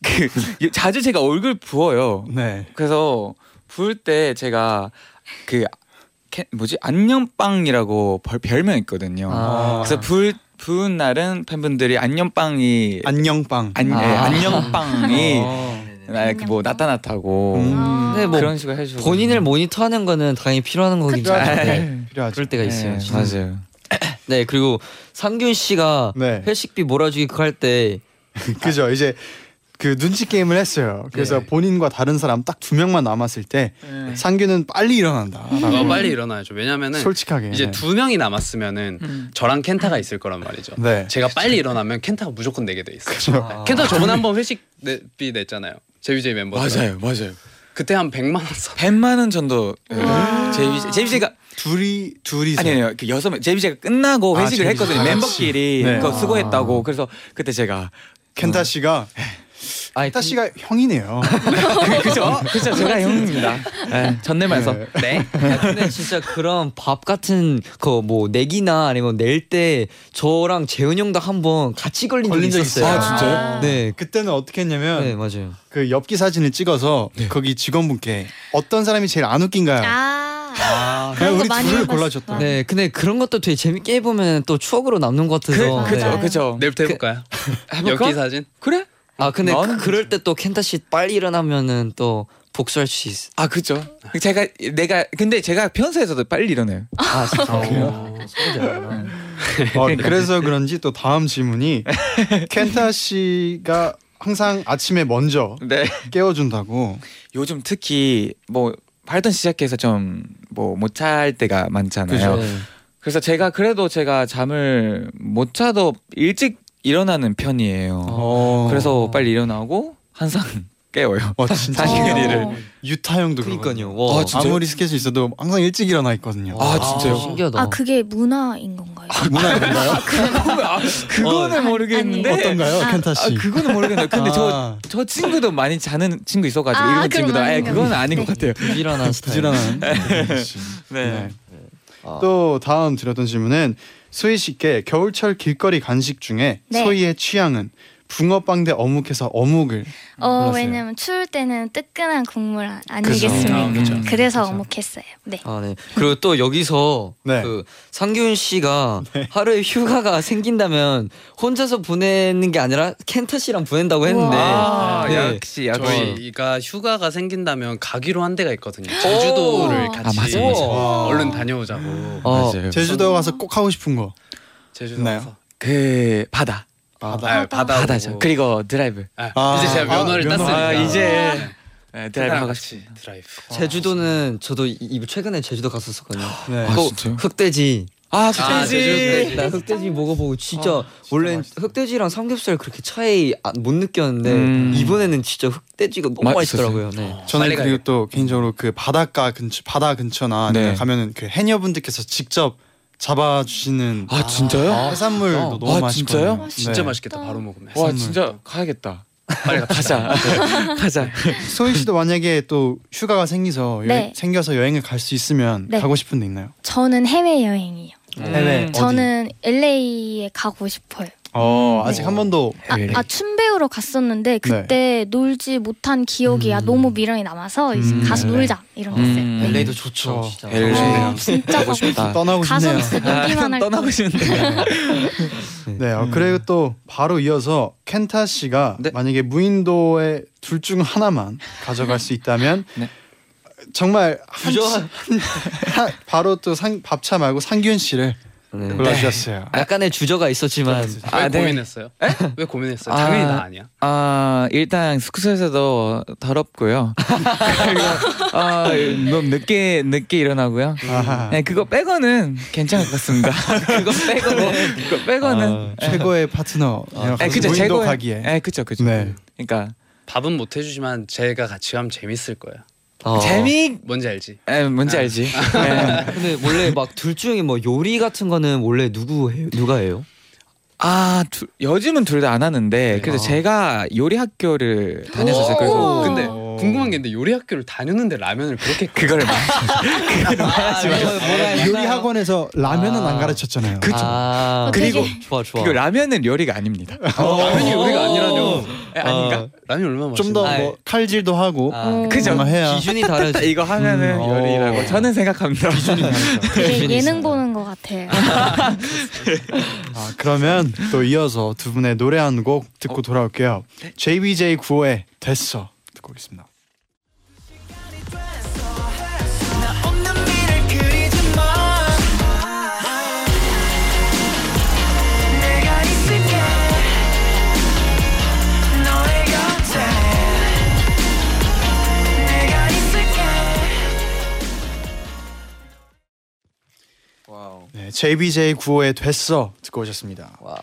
Speaker 7: 그 자주 제가 얼굴 부어요
Speaker 2: 네.
Speaker 7: 그래서 부을 때 제가 그 캐- 뭐지 안녕빵이라고 벌- 별명 있거든요
Speaker 3: 아.
Speaker 7: 그래서 부을 부은 날은 팬분들이 안녕빵이
Speaker 2: 안녕빵. 음.
Speaker 7: 안, 예,
Speaker 3: 아. 어.
Speaker 7: 안녕빵이 나-
Speaker 5: 안녕빵.
Speaker 7: 뭐 나타났다고
Speaker 2: 음.
Speaker 5: 아.
Speaker 3: 네, 뭐
Speaker 7: 그런 식으로 해주고
Speaker 3: 본인을 모니터하는 거는 당연히 필요한 거긴
Speaker 5: 그쵸.
Speaker 2: 네.
Speaker 3: 한데
Speaker 2: 필요하죠.
Speaker 3: 그럴 때가 아, 있어요.
Speaker 7: 네,
Speaker 3: 진짜.
Speaker 7: 맞아요
Speaker 3: 네 그리고 상균 씨가
Speaker 2: 네.
Speaker 3: 회식비 몰아주기 할때
Speaker 2: 그죠. 이제 그 눈치 게임을 했어요. 그래서
Speaker 3: 네.
Speaker 2: 본인과 다른 사람 딱 두 명만 남았을 때 상규는 빨리 일어난다.
Speaker 6: 어, 빨리 일어나야죠. 왜냐면은
Speaker 2: 솔직하게.
Speaker 6: 이제
Speaker 2: 네.
Speaker 6: 두 명이 남았으면은 저랑 켄타가 있을 거란 말이죠.
Speaker 2: 네.
Speaker 6: 제가 빨리 일어나면 켄타가 무조건 내게 돼 있어요.
Speaker 7: 그렇죠.
Speaker 3: 아.
Speaker 6: 켄타 저번에 한번 회식비 냈잖아요. 제비제이 멤버
Speaker 7: 맞아요 맞아요
Speaker 6: 그때 한 100만 원 썼.
Speaker 7: 100만 원 정도 예. 제비 제비제가
Speaker 2: 둘이 음. 둘이서
Speaker 7: 아니 아니요 그 여섯 명 제비제가 끝나고
Speaker 2: 아,
Speaker 7: 회식을
Speaker 2: JBJ.
Speaker 7: 했거든요
Speaker 2: 아,
Speaker 7: 멤버끼리
Speaker 2: 네.
Speaker 7: 그거
Speaker 3: 아.
Speaker 7: 수고했다고 그래서 그때 제가
Speaker 2: 켄타 씨가
Speaker 3: 아니
Speaker 2: 혜타 씨가 형이네요.
Speaker 3: 그죠? 어? 그죠? 제가 형입니다. 네, 전내면서
Speaker 2: 네.
Speaker 3: 네. 아, 근데 진짜 그런 밥 같은 거 뭐 내기나 아니면 낼 때 저랑 재훈 형도 한번 같이 걸린,
Speaker 2: 걸린
Speaker 3: 적이
Speaker 2: 적
Speaker 3: 있었어요.
Speaker 2: 있어요?
Speaker 1: 아, 진짜요?
Speaker 3: 네.
Speaker 2: 그때는 어떻게 했냐면
Speaker 3: 네 맞아요.
Speaker 2: 그 엽기 사진을 찍어서 거기 직원분께 어떤 사람이 제일 안 웃긴가요?
Speaker 5: 아,
Speaker 2: 그냥
Speaker 5: 그런 거
Speaker 2: 우리
Speaker 5: 많이
Speaker 2: 둘을
Speaker 5: 해봤어.
Speaker 2: 골라줬다.
Speaker 3: 네 근데 그런 것도 되게 재밌게 해보면 또 추억으로 남는 것 같아서.
Speaker 7: 그, 죠
Speaker 3: 네.
Speaker 7: 그죠.
Speaker 6: 내일부터 해볼까요?
Speaker 7: 해볼까?
Speaker 6: 엽기 사진?
Speaker 7: 그래?
Speaker 3: 아 근데
Speaker 7: 나는
Speaker 3: 그, 그럴 때 또 켄타 씨 빨리 일어나면은 또 복수할 수 있어.
Speaker 7: 아 그죠. 제가 내가 근데 제가 평소에서도 빨리 일어나요.
Speaker 3: 아 진짜.
Speaker 2: 어, 그래서 그런지 또 다음 질문이 켄타 씨가 항상 아침에 먼저
Speaker 7: 네.
Speaker 2: 깨워준다고.
Speaker 7: 요즘 특히 뭐 활동 시작해서 좀 뭐 못 잘 때가 많잖아요.
Speaker 3: 그죠.
Speaker 7: 그래서 제가 그래도 제가 잠을 못 자도 일찍 일어나는 편이에요.
Speaker 2: 어.
Speaker 7: 그래서 빨리 일어나고 항상 깨워요.
Speaker 2: 어 진짜
Speaker 5: 그
Speaker 7: 당연히를.
Speaker 2: 유타 형도
Speaker 3: 그러니까요. 어,
Speaker 2: 그러거든요. 아,
Speaker 3: 와.
Speaker 2: 아무리 스케줄 있어도 항상 일찍 일어나 있거든요.
Speaker 7: 아, 진짜요?
Speaker 3: 신기하다.
Speaker 5: 아 그게 문화인 건가요?
Speaker 2: 문화인가요?
Speaker 7: 그거는
Speaker 5: 아니,
Speaker 7: 모르겠는데
Speaker 5: 아니.
Speaker 2: 어떤가요,
Speaker 5: 아,
Speaker 2: 켄타 씨?
Speaker 7: 아, 그거는 모르겠네요. 근데 저
Speaker 2: 아,
Speaker 7: 저 친구도 많이 자는 친구 있어가지고
Speaker 5: 아, 네.
Speaker 7: 일본
Speaker 5: 그럼
Speaker 7: 친구도 아
Speaker 5: 아닌가
Speaker 7: 그건
Speaker 5: 보다.
Speaker 7: 아닌 것 같아요.
Speaker 3: 네. 부지런한 스타일.
Speaker 2: 부지런한 켄타 씨.
Speaker 7: 네.
Speaker 3: 아.
Speaker 2: 또 다음 드렸던 질문은 소희 씨께 겨울철 길거리 간식 중에
Speaker 5: 네.
Speaker 2: 소희의 취향은 붕어빵 대 어묵해서 어묵을
Speaker 5: 어
Speaker 2: 골랐어요.
Speaker 5: 왜냐면 추울 때는 뜨끈한 국물 아- 아니겠습니까? 음,
Speaker 7: 아, 그죠.
Speaker 5: 그래서 어묵했어요. 네.
Speaker 3: 아, 네. 그리고 또 여기서
Speaker 2: 네.
Speaker 3: 그 상균 씨가
Speaker 7: 네.
Speaker 3: 하루에 휴가가 생긴다면 혼자서 보내는 게 아니라 켄타 씨랑 보낸다고 했는데
Speaker 7: 아,
Speaker 3: 네.
Speaker 7: 역시 역시.
Speaker 6: 저희가 휴가가 생긴다면 가기로 한 데가 있거든요. 제주도를 같이
Speaker 7: 어.
Speaker 6: 어,
Speaker 7: 아, 맞아, 맞아.
Speaker 2: 와.
Speaker 6: 얼른 다녀오자고.
Speaker 3: 어,
Speaker 7: 네,
Speaker 2: 제주도 가서 꼭 하고 싶은 거.
Speaker 6: 제주도
Speaker 2: 있나요?
Speaker 6: 가서.
Speaker 7: 그 바다
Speaker 6: 아, 바다
Speaker 7: 바다죠. 그리고 드라이브.
Speaker 6: 아,
Speaker 2: 아,
Speaker 6: 이제 제가
Speaker 2: 아,
Speaker 6: 면허를
Speaker 2: 면허.
Speaker 6: 땄으니까
Speaker 7: 아, 이제 네, 드라이브
Speaker 6: 친구랑
Speaker 7: 하고 싶.
Speaker 6: 같이 드라이브.
Speaker 3: 제주도는 저도 이- 이 최근에 제주도 갔었거든요.
Speaker 2: 네.
Speaker 7: 아,
Speaker 3: 그
Speaker 7: 진짜요?
Speaker 3: 흑돼지.
Speaker 7: 아
Speaker 6: 아,
Speaker 7: 흑돼지. 아,
Speaker 6: 제주도.
Speaker 3: 나 흑돼지 먹어보고 진짜 원래
Speaker 2: 맛있어.
Speaker 3: 흑돼지랑 삼겹살 그렇게 차이 아- 못 느꼈는데
Speaker 7: 음.
Speaker 3: 이번에는 진짜 흑돼지가 너무
Speaker 7: 맛있었어요.
Speaker 3: 맛있더라고요. 네.
Speaker 2: 저는
Speaker 6: 빨리
Speaker 2: 그리고 또 개인적으로 그 바닷가 근처 바다 근처나 아니면
Speaker 7: 네.
Speaker 2: 가면은 그 해녀분들께서 직접 잡아주시는
Speaker 7: 아 진짜요?
Speaker 2: 해산물도
Speaker 3: 아,
Speaker 2: 너무
Speaker 7: 아,
Speaker 2: 맛있거든요.
Speaker 7: 진짜요?
Speaker 6: 진짜
Speaker 2: 네.
Speaker 6: 맛있겠다.
Speaker 3: 어.
Speaker 6: 바로 먹으면.
Speaker 7: 와
Speaker 2: 해산물.
Speaker 7: 진짜 가야겠다. 빨리 가자. 가자.
Speaker 2: 소희 씨도 만약에 또 휴가가 생기서 여행-
Speaker 5: 네.
Speaker 2: 생겨서 여행을 갈 수 있으면
Speaker 5: 네.
Speaker 2: 가고 싶은 데 있나요?
Speaker 5: 저는 해외 여행이요.
Speaker 2: 해외 어디?
Speaker 5: 저는 LA에 가고 싶어요.
Speaker 2: 어 아직 한 번도
Speaker 5: 아,
Speaker 7: 해외.
Speaker 5: 아, 춤 배우러 갔었는데 그때 놀지 못한 기억이 야, 너무 미련이 남아서 이제
Speaker 7: 음,
Speaker 5: 가서
Speaker 7: 네.
Speaker 5: 놀자 이런 거였어요.
Speaker 7: 음.
Speaker 5: 네.
Speaker 3: LA도 좋죠.
Speaker 2: 저
Speaker 3: 진짜.
Speaker 7: LA.
Speaker 5: 어, 진짜 가고 싶다.
Speaker 2: 떠나고
Speaker 5: 가서
Speaker 2: 싶네요.
Speaker 5: 진짜 놀기만 할 거.
Speaker 7: 아, 떠나고 싶은데.
Speaker 2: 네, 어, 그리고 또 바로 이어서 켄타 씨가
Speaker 7: 음. 네.
Speaker 2: 만약에 무인도에 둘 중 하나만 가져갈 수 있다면
Speaker 7: 네.
Speaker 2: 정말 한
Speaker 3: 부정-
Speaker 2: 씨- 하- 바로 또 상, 밥차 말고 상균 씨를
Speaker 3: 네.
Speaker 2: 골라주셨어요.
Speaker 3: 약간의 주저가 있었지만
Speaker 6: 왜
Speaker 7: 아, 네.
Speaker 6: 고민했어요? 왜 고민했어요?
Speaker 7: 아.
Speaker 6: 당연히 나 아니야.
Speaker 7: 아 일단 숙소에서도 더럽고요. 그리고 아, 너무 늦게 늦게 일어나고요.
Speaker 2: 아하.
Speaker 7: 네 그거 빼고는 괜찮을 것 같습니다. 그거 빼고는 그거 빼고는. 네.
Speaker 2: 아, 최고의 파트너.
Speaker 7: 네, 그죠
Speaker 2: 아, 무인도
Speaker 7: 제거
Speaker 2: 가기에.
Speaker 7: 네 그죠 그죠.
Speaker 2: 네.
Speaker 7: 그러니까
Speaker 6: 밥은 못 해주지만 제가 같이 가면 재밌을 거예요.
Speaker 3: 어.
Speaker 7: 재미.
Speaker 6: 뭔지 알지?
Speaker 7: 에 뭔지 알지. 네.
Speaker 3: 근데 원래 막 둘 중에 뭐 요리 같은 거는 원래 누구 해요? 누가 해요?
Speaker 7: 아 두, 요즘은 둘 다 안 하는데 그래서
Speaker 3: 아.
Speaker 7: 제가 요리 학교를 다녔었어요. 그래서
Speaker 5: 오.
Speaker 6: 근데
Speaker 2: 오.
Speaker 6: 궁금한 게 있는데 요리 학교를 다녔는데 라면을 그렇게
Speaker 7: 그걸 막
Speaker 3: 아,
Speaker 2: 어. 요리 학원에서 라면은
Speaker 3: 아.
Speaker 2: 안 가르쳤잖아요.
Speaker 7: 그쵸.
Speaker 3: 아,
Speaker 5: 되게-
Speaker 3: 그리고 좋아 좋아. 어.
Speaker 7: 그리고 라면은 요리가 아닙니다.
Speaker 6: 라면이 요리가 아니라뇨.
Speaker 7: 에, 아닌가?
Speaker 6: 라면이 얼마나 맛있어?
Speaker 2: 좀 더
Speaker 3: 아이.
Speaker 2: 뭐 칼질도 하고
Speaker 3: 아,
Speaker 7: 그죠?
Speaker 2: 정말 해야
Speaker 3: 기준이 다르죠.
Speaker 7: 이거 하면은
Speaker 3: 음. 어.
Speaker 7: 요리라고 저는 생각합니다.
Speaker 5: 되게
Speaker 3: 기준이
Speaker 5: 예능
Speaker 3: 있어요.
Speaker 5: 보는 것 같아요.
Speaker 2: 아, 그러면 또 이어서 두 분의 노래 한 곡 듣고 돌아올게요. JBJ 9호의 됐어 듣고 오겠습니다.
Speaker 4: 나 없는 미를 그리지 마 내가 있을게 너의 곁에 내가 있을게
Speaker 2: 네, JBJ 9호의 됐어 듣고 오셨습니다.
Speaker 3: 와우.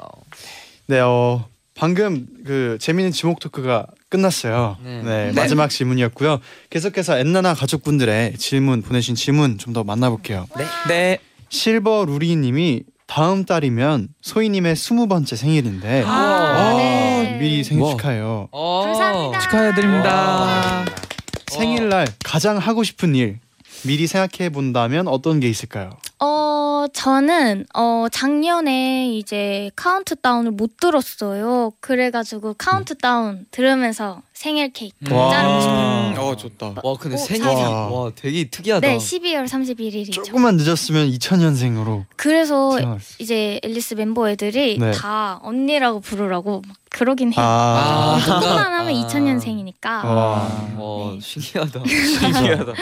Speaker 2: 네, 어, 방금 그 재미있는 지목 토크가 끝났어요. 네,
Speaker 3: 네.
Speaker 2: 마지막 질문이었고요. 계속해서 엔나나 가족분들의 질문 보내신 질문 좀 더 만나볼게요.
Speaker 7: 네.
Speaker 2: 실버 루리님이 다음 달이면 소희님의 스무 번째 생일인데
Speaker 7: 아,
Speaker 2: 아,
Speaker 5: 네.
Speaker 2: 12 생일
Speaker 7: 와.
Speaker 2: 축하해요.
Speaker 3: 어.
Speaker 5: 감사합니다.
Speaker 7: 축하드립니다.
Speaker 2: 생일날 가장 하고 싶은 일 미리 생각해 본다면 어떤 게 있을까요?
Speaker 5: 어, 저는 어 작년에 이제 카운트다운을 못 들었어요.
Speaker 3: 네.
Speaker 5: 그래가지고 카운트다운 들으면서 생일 케이크
Speaker 7: 와.
Speaker 5: 짜르고 싶어요.
Speaker 2: 음. 어 좋다.
Speaker 3: 음. 와 근데
Speaker 5: 어,
Speaker 3: 생일이
Speaker 2: 와.
Speaker 3: 와 되게 특이하다.
Speaker 5: 네, 12월 31일이죠.
Speaker 2: 조금만 늦었으면 2000년생으로
Speaker 5: 그래서
Speaker 2: 태어났어.
Speaker 5: 이제 앨리스 멤버 애들이
Speaker 2: 네.
Speaker 5: 다 언니라고 부르라고 막 그러긴 해요.
Speaker 2: 아,
Speaker 3: 아.
Speaker 5: 조금만 하면
Speaker 3: 아.
Speaker 5: 2000년생이니까.
Speaker 2: 와.
Speaker 3: 와
Speaker 5: 네.
Speaker 3: 신기하다.
Speaker 7: 신기하다.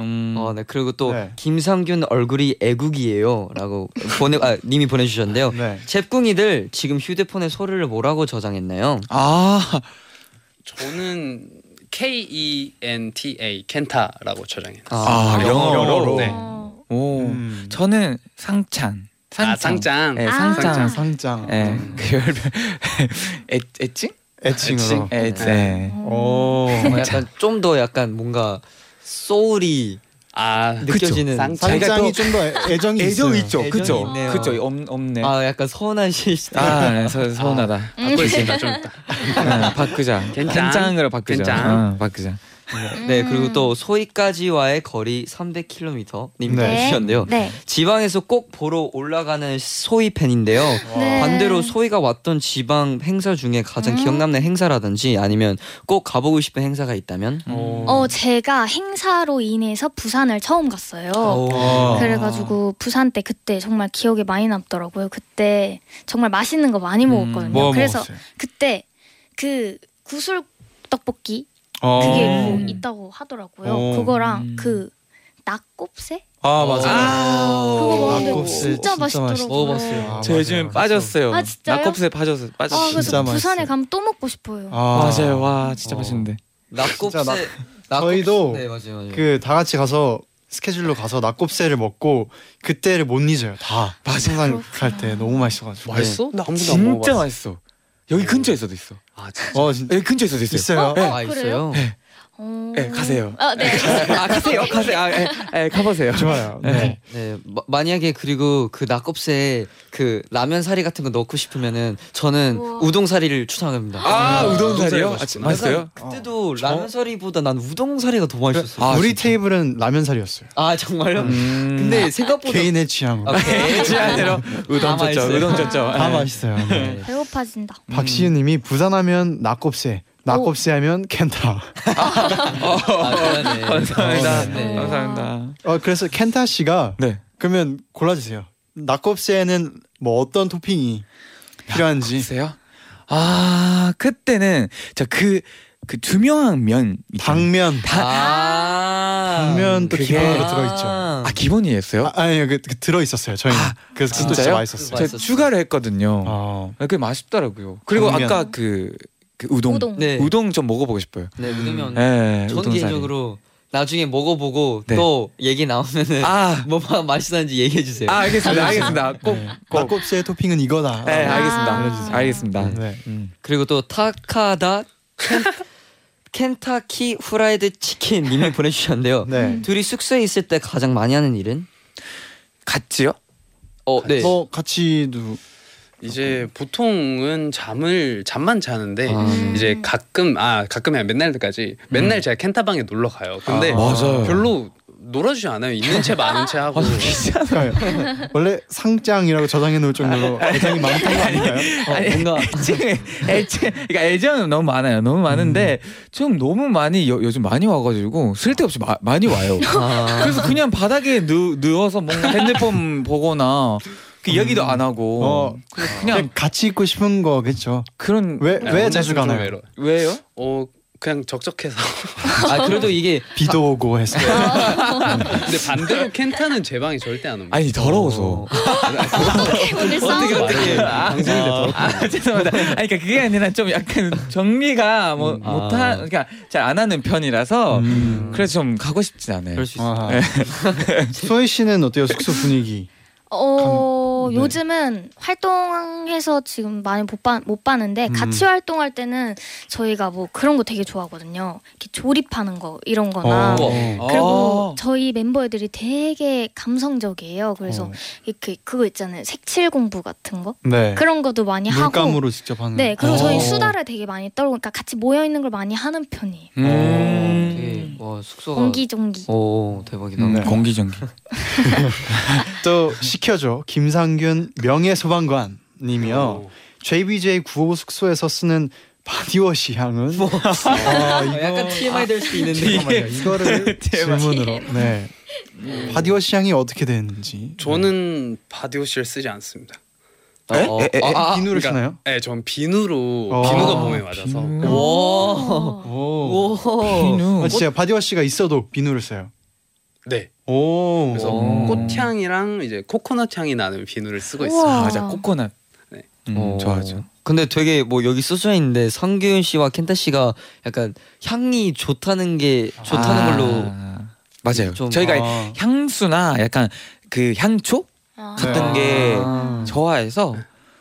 Speaker 7: 음.
Speaker 3: 어, 네 그리고 또
Speaker 2: 네.
Speaker 3: 김상균 얼굴이 애국이에요라고 보내 아 님이 보내주셨는데요.
Speaker 2: 네.
Speaker 3: 잽궁이들 지금 휴대폰에 소리를 뭐라고 저장했나요?
Speaker 7: 아,
Speaker 6: 저는 K E N T A 켄타라고 저장해요.
Speaker 3: 아,
Speaker 2: 영어로?
Speaker 6: 네.
Speaker 5: 어,
Speaker 7: 오.
Speaker 2: 음.
Speaker 7: 저는 상찬. 상찬.
Speaker 6: 아 상장.
Speaker 7: 네,
Speaker 5: 아.
Speaker 7: 상찬.
Speaker 2: 상장.
Speaker 7: 예. 그 열별 애 애칭?
Speaker 2: 애칭으로. 음.
Speaker 6: 애칭.
Speaker 7: 애 네.
Speaker 2: 오.
Speaker 3: 어, 약간 좀 더 약간 뭔가 소울이
Speaker 6: 아
Speaker 3: 느껴지는
Speaker 6: 쌍-
Speaker 7: 자기가 또-
Speaker 2: 상장이 좀 더 애정이
Speaker 7: 애정
Speaker 2: 있어요.
Speaker 7: 있죠. 그죠?
Speaker 3: 애정이 있네요.
Speaker 7: 그죠? 없 없네. 예. 아,
Speaker 3: 아 약간 서운하실 수도
Speaker 7: 네. 서, 서운하다.
Speaker 6: 아,
Speaker 3: 아.
Speaker 6: 갖고 있습니다. 좀 이따.
Speaker 7: 네, 바꾸자.
Speaker 6: 괜찮.
Speaker 7: 괜찮으로 바꾸자.
Speaker 6: 괜찮.
Speaker 7: 어, 바꾸자.
Speaker 3: 네 그리고
Speaker 5: 음.
Speaker 3: 또 소이까지와의 거리 300km 님
Speaker 2: 네.
Speaker 3: 주셨는데요.
Speaker 5: 네.
Speaker 3: 지방에서 꼭 보러 올라가는 소이 팬인데요.
Speaker 5: 네.
Speaker 3: 반대로 소희가 왔던 지방 행사 중에 가장
Speaker 5: 음.
Speaker 3: 기억남는 행사라든지 아니면 꼭 가보고 싶은 행사가 있다면
Speaker 5: 어 제가 행사로 인해서 부산을 처음 갔어요.
Speaker 3: 오.
Speaker 5: 그래가지고 부산 때 그때 정말 기억에 많이 남더라고요. 그때 정말 맛있는 거 많이 먹었거든요.
Speaker 2: 뭐
Speaker 5: 그래서
Speaker 2: 먹었어요?
Speaker 5: 그때 그 구슬 떡볶이
Speaker 2: 어.
Speaker 5: 그게 뭐 있다고 하더라고요.
Speaker 2: 어.
Speaker 5: 그거랑 그 낙곱새
Speaker 2: 아 맞아요.
Speaker 5: 그거 먹었는데
Speaker 2: 낙곱새
Speaker 3: 아,
Speaker 5: 진짜,
Speaker 2: 진짜 아, 맛있-
Speaker 5: 맛있더라고요.
Speaker 3: 먹어봤어요.
Speaker 7: 저 요즘 빠졌어요.
Speaker 5: 아, 진짜요?
Speaker 7: 낙곱새 빠졌어요.
Speaker 5: 아,
Speaker 7: 빠졌어요.
Speaker 5: 그래서
Speaker 2: 진짜
Speaker 5: 부산에
Speaker 2: 맛있어요.
Speaker 5: 가면 또 먹고 싶어요.
Speaker 2: 아.
Speaker 7: 맞아요. 와, 진짜
Speaker 3: 어.
Speaker 7: 맛있는데.
Speaker 3: 낙곱새
Speaker 2: 진짜 낙-
Speaker 3: 낙-
Speaker 2: 저희도
Speaker 3: 네 맞아요 맞아요
Speaker 2: 그 다 같이 가서 스케줄로 가서 낙곱새를 먹고 그때를 못 잊어요. 다. 항상 갈 때 너무 맛있어가지고.
Speaker 6: 맛있어? 나 아무도 안
Speaker 7: 진짜
Speaker 6: 먹어봤어.
Speaker 7: 맛있어. 여기 근처에서도 있어.
Speaker 6: 아 진짜.
Speaker 2: 어 진짜
Speaker 7: 여기 근처에서도 있어요.
Speaker 2: 있어요.
Speaker 5: 어?
Speaker 3: 아 있어요
Speaker 5: 어.
Speaker 7: 네, 가세요.
Speaker 5: 아, 네.
Speaker 7: 아, 가세요. 가세요. 아, 예, 예, 가보세요.
Speaker 2: 좋아요. 네.
Speaker 7: 네.
Speaker 3: 네 마- 만약에 그리고 그 낙곱새에 그 라면 사리 같은 거 넣고 싶으면은 저는
Speaker 5: 우와.
Speaker 3: 우동 사리를 추천합니다
Speaker 7: 아, 우동
Speaker 6: 우동살이요?
Speaker 7: 사리요? 아, 진- 맛있어요?
Speaker 3: 그때도 라면 사리보다 난 우동 사리가 더
Speaker 2: 그,
Speaker 3: 맛있었어요
Speaker 7: 아,
Speaker 2: 우리
Speaker 7: 진짜?
Speaker 2: 테이블은 라면살이었어요.
Speaker 3: 아 정말요
Speaker 7: 음.
Speaker 3: 근데 생각보다
Speaker 2: 개인의 취향으로.
Speaker 3: 아, 오케이.
Speaker 7: 지하대로 네. 우동
Speaker 3: 다
Speaker 7: 쪘죠.
Speaker 3: 맛있어요.
Speaker 7: 우동 쪘죠.
Speaker 2: 다
Speaker 7: 예.
Speaker 2: 맛있어요. 아, 네.
Speaker 5: 배고파진다.
Speaker 2: 박시윤님이 부산하면 낙곱새, 낙곱새하면 켄타.
Speaker 3: 아, 그러네.
Speaker 7: 감사합니다.
Speaker 3: 네.
Speaker 7: 감사합니다.
Speaker 2: 어 그래서 켄타 씨가
Speaker 7: 네.
Speaker 2: 그러면 골라주세요. 낙곱새는 뭐 어떤 토핑이 필요한지.
Speaker 7: 있어요? 아, 그때는 저 그 그 투명한 면 있잖아요.
Speaker 2: 당면.
Speaker 3: 아.
Speaker 2: 당면 또
Speaker 7: 그게-
Speaker 2: 기본으로 들어있죠.
Speaker 3: 아,
Speaker 7: 아, 기본이었어요?
Speaker 2: 아, 아니요, 그, 그 들어 있었어요. 저희는 그래서 그것도 진짜
Speaker 7: 진짜요?
Speaker 2: 맛있었어요.
Speaker 7: 제가
Speaker 3: 맛있었어요. 아.
Speaker 7: 추가를 했거든요. 아,
Speaker 2: 어.
Speaker 7: 그게 맛있더라고요. 그리고
Speaker 2: 당면.
Speaker 7: 아까 그, 그 우동.
Speaker 5: 우동.
Speaker 3: 네.
Speaker 7: 우동 좀 먹어보고 싶어요.
Speaker 3: 네, 우동면.
Speaker 7: 예,
Speaker 3: 전
Speaker 7: 우동사리.
Speaker 3: 개인적으로 나중에 먹어보고
Speaker 7: 네.
Speaker 3: 또 얘기 나오면은
Speaker 7: 아,
Speaker 3: 뭐가 맛있었는지 얘기해 주세요.
Speaker 7: 아 알겠습니다. 알겠습니다. 꼭 꼭.
Speaker 2: 낙곱새 토핑은 이거다.
Speaker 7: 네, 알겠습니다.
Speaker 5: 아. 알려주세요.
Speaker 7: 알겠습니다.
Speaker 2: 네.
Speaker 7: 음.
Speaker 3: 그리고 또 타카다 켄, 켄타키 후라이드 치킨 님이 보내주셨는데요.
Speaker 2: 네.
Speaker 3: 둘이 숙소에 있을 때 가장 많이 하는 일은?
Speaker 7: 같지요?
Speaker 3: 어, 네.
Speaker 2: 뭐 같이도
Speaker 6: 이제 보통은 잠을 잠만 자는데
Speaker 3: 아, 네.
Speaker 6: 이제 가끔 아 가끔이 아니라 맨날까지 맨날 제가 켄타방에 놀러 가요. 근데
Speaker 7: 아, 맞아요.
Speaker 6: 별로 놀아주지 않아요. 있는 채 많은 채
Speaker 7: 아,
Speaker 6: 하고.
Speaker 7: 네.
Speaker 3: 네.
Speaker 2: 네. 원래 상장이라고 저장해 놓을 정도로 애정이 많던 거 아닌가요?
Speaker 3: 어, 뭔가
Speaker 7: 애칭에 애칭 그러니까 애정은 너무 많아요. 너무 많은데 좀 너무 많이 요, 요즘 많이 와가지고 쓸데없이 마- 많이 와요.
Speaker 3: 아,
Speaker 7: 그래서 그냥 바닥에 누, 누워서 뭔가 핸드폰 보거나 그 이야기도 안 하고
Speaker 2: 어.
Speaker 7: 그냥,
Speaker 2: 그냥
Speaker 7: 그냥
Speaker 2: 같이 있고 싶은 거겠죠.
Speaker 7: 그런
Speaker 2: 왜
Speaker 6: 네,
Speaker 2: 왜
Speaker 6: 오늘
Speaker 2: 자주
Speaker 6: 좀
Speaker 2: 가나요?
Speaker 6: 외로워요.
Speaker 7: 왜요?
Speaker 6: 어 그냥 적적해서.
Speaker 3: 아 그래도 이게
Speaker 2: 비도 오고 해서
Speaker 6: 근데 반대로 켄타는 제 방에 절대 안 옵니다.
Speaker 7: 아니 더러워서.
Speaker 5: 오늘 싸움.
Speaker 6: 어떻게 말해?
Speaker 7: 아,
Speaker 6: 방송인데 더럽.
Speaker 7: 아, 죄송합니다. 아니, 그러니까 그게 아니라 좀 약간 정리가 뭐
Speaker 3: 음, 아.
Speaker 7: 못하, 그러니까 잘 안 하는 편이라서
Speaker 2: 음.
Speaker 7: 그래서 좀 가고
Speaker 2: 어.
Speaker 7: 싶진 않아요.
Speaker 3: 그럴 수 있어.
Speaker 2: 아하. 소희 씨는 어때요? 숙소 분위기
Speaker 5: 어, 어,
Speaker 2: 네.
Speaker 5: 요즘은 활동해서 지금 많이 못, 봐, 못
Speaker 2: 음.
Speaker 5: 봤는데 같이 활동할 때는 저희가 뭐 그런 거 되게 좋아하거든요. 이렇게 조립하는 거 이런
Speaker 2: 어.
Speaker 5: 거나
Speaker 6: 우와.
Speaker 5: 그리고
Speaker 7: 아.
Speaker 5: 저희 멤버들이 되게 감성적이에요. 그래서
Speaker 2: 어.
Speaker 5: 이렇게 그거 있잖아요. 색칠 공부 같은 거
Speaker 2: 네.
Speaker 5: 그런 것도 많이 하고
Speaker 2: 물감으로 직접 하는.
Speaker 5: 네, 그리고
Speaker 2: 어.
Speaker 5: 저희 수다를 되게 많이 떨고, 그러니까 같이 모여 있는 걸 많이 하는 편이에요.
Speaker 7: 음.
Speaker 3: 음. 어, 되게, 와
Speaker 7: 어.
Speaker 3: 숙소가
Speaker 5: 옹기종기.
Speaker 3: 오 대박이다.
Speaker 2: 네.
Speaker 7: 음. 공기 전기.
Speaker 2: 또 시켜줘 김상균 명예 소방관님이요.
Speaker 6: 오.
Speaker 2: JBJ 95 숙소에서 쓰는 바디워시 향은 아, 이거-
Speaker 3: 약간 TMI 될 수도 있는데.
Speaker 2: 잠깐만요. 이거를 질문으로. 네. 바디워시 향이 어떻게 되는지.
Speaker 6: 저는 바디워시를 쓰지 않습니다.
Speaker 3: 어,
Speaker 2: 네? 에, 에,
Speaker 3: 아, 아, 아.
Speaker 2: 비누를
Speaker 6: 그러니까-
Speaker 2: 쓰나요?
Speaker 6: 네, 전 비누로
Speaker 2: 아,
Speaker 6: 비누가 몸에 맞아서
Speaker 7: 비누. 어.
Speaker 3: 오.
Speaker 2: 오.
Speaker 3: 오.
Speaker 7: 비누.
Speaker 2: 아, 진짜 바디워시가 있어도 비누를 써요.
Speaker 6: 네.
Speaker 2: 오.
Speaker 6: 그래서
Speaker 7: 오.
Speaker 6: 꽃향이랑 이제 코코넛 향이 나는 비누를 쓰고 있어요.
Speaker 5: 우와.
Speaker 7: 맞아 코코넛.
Speaker 6: 네.
Speaker 7: 음,
Speaker 3: 어.
Speaker 7: 좋아하죠.
Speaker 3: 근데 되게 뭐 여기 써져 있는데 성규윤 씨와 켄타 씨가 약간 향이 좋다는 게 좋다는
Speaker 7: 아.
Speaker 3: 걸로
Speaker 7: 맞아요.
Speaker 3: 좀-
Speaker 7: 저희가
Speaker 2: 아.
Speaker 7: 향수나 약간 그 향초
Speaker 5: 아.
Speaker 7: 같은 게
Speaker 3: 아.
Speaker 7: 좋아해서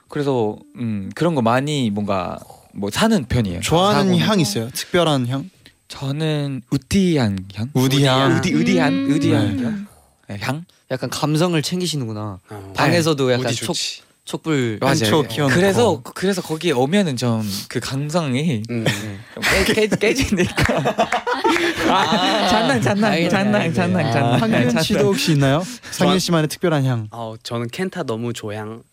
Speaker 7: 그래서 음, 그런 거 많이 뭔가 뭐 사는 편이에요.
Speaker 2: 좋아하는
Speaker 7: 사고는.
Speaker 2: 향 있어요? 특별한 향?
Speaker 7: 저는 우디향 향.
Speaker 2: 우디향.
Speaker 7: 우디 우디한
Speaker 5: 음.
Speaker 7: 우디한
Speaker 5: 네.
Speaker 7: 향. 네, 향.
Speaker 3: 약간 감성을 챙기시는구나.
Speaker 6: 어.
Speaker 3: 방에서도
Speaker 6: 어디
Speaker 3: 약간 촉
Speaker 6: 좋지?
Speaker 3: 촉불
Speaker 7: 맞아요.
Speaker 2: 향초 피워놓고.
Speaker 7: 그래서 그래서 거기 오면은 좀 그 감성이
Speaker 6: 음.
Speaker 7: 좀 깨, 깨, 깨지니까. 아, 장난 장난
Speaker 3: 알겠네,
Speaker 7: 장난
Speaker 3: 알겠네.
Speaker 7: 장난 장난.
Speaker 2: 상균
Speaker 7: 장난.
Speaker 2: 어. 씨도 혹시 있나요? 상균 씨만의 특별한 향.
Speaker 6: 어, 저는 켄타 너무 조향.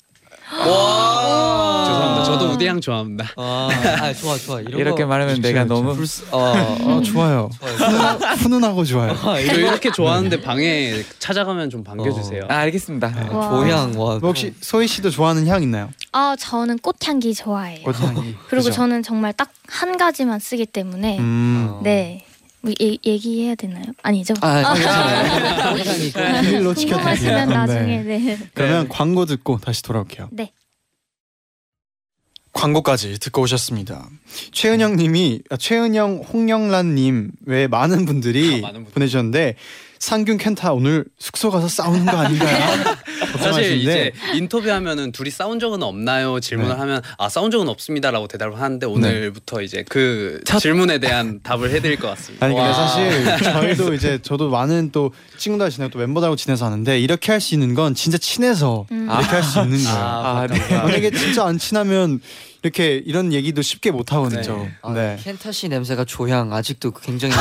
Speaker 2: 아.
Speaker 3: 와.
Speaker 6: 죄송합니다. 저도 우대향 좋아합니다.
Speaker 3: 아, 아, 좋아 좋아. 이런
Speaker 7: 이렇게
Speaker 3: 거.
Speaker 7: 말하면 내가 너무
Speaker 3: 어.
Speaker 2: 어,
Speaker 3: 어.
Speaker 2: 좋아요. 훈훈하- 훈훈하고 좋아요.
Speaker 6: 저 이렇게
Speaker 2: 네.
Speaker 6: 좋아하는데 방에 찾아가면 좀 반겨주세요.
Speaker 2: 어.
Speaker 7: 아, 알겠습니다.
Speaker 3: 네.
Speaker 5: 와.
Speaker 3: 조향
Speaker 2: 뭐
Speaker 3: 와.
Speaker 2: 혹시 소희 씨도 좋아하는 향 있나요?
Speaker 5: 아, 저는 꽃향기 좋아해요.
Speaker 2: 꽃향이.
Speaker 5: 그리고 저는 정말 딱 한 가지만 쓰기 때문에
Speaker 2: 음.
Speaker 3: 어.
Speaker 5: 네. 뭐 얘, 얘기해야 되나요? 아니죠?
Speaker 3: 아, 괜찮아요. 그
Speaker 5: 네.
Speaker 2: 비밀로
Speaker 5: 궁금하시면
Speaker 2: 지켜드릴게요.
Speaker 5: 나중에
Speaker 2: 네.
Speaker 5: 네.
Speaker 2: 그러면 광고 듣고 다시 돌아올게요.
Speaker 5: 네.
Speaker 2: 광고까지 듣고 오셨습니다. 최은영 님이 아, 최은영 홍영란 님 외에 많은 분들이
Speaker 6: 아, 많은 분들.
Speaker 2: 보내주셨는데 상균 켄타 오늘 숙소 가서 싸우는 거 아닌가요?
Speaker 6: 사실
Speaker 2: 걱정하시는데.
Speaker 6: 이제 인터뷰하면은 둘이 싸운 적은 없나요? 질문을
Speaker 2: 네.
Speaker 6: 하면 아 싸운 적은 없습니다라고 대답을 하는데 오늘부터 이제 그 질문에 대한 답을 해드릴 것 같습니다.
Speaker 2: 아니 근데
Speaker 6: 와.
Speaker 2: 사실 저희도 이제 저도 많은 또 친구들 지내고 또 멤버들하고 지내서 하는데 이렇게 할 수 있는 건 진짜 친해서
Speaker 5: 음.
Speaker 2: 이렇게 할 수 있는 거예요.
Speaker 6: 아, 감사합니다.
Speaker 2: 만약에 진짜 안 친하면 이렇게 이런 얘기도 쉽게 못 하거든요.
Speaker 6: 네.
Speaker 3: 아,
Speaker 2: 네.
Speaker 3: 켄타 씨 냄새가 조향 아직도 굉장히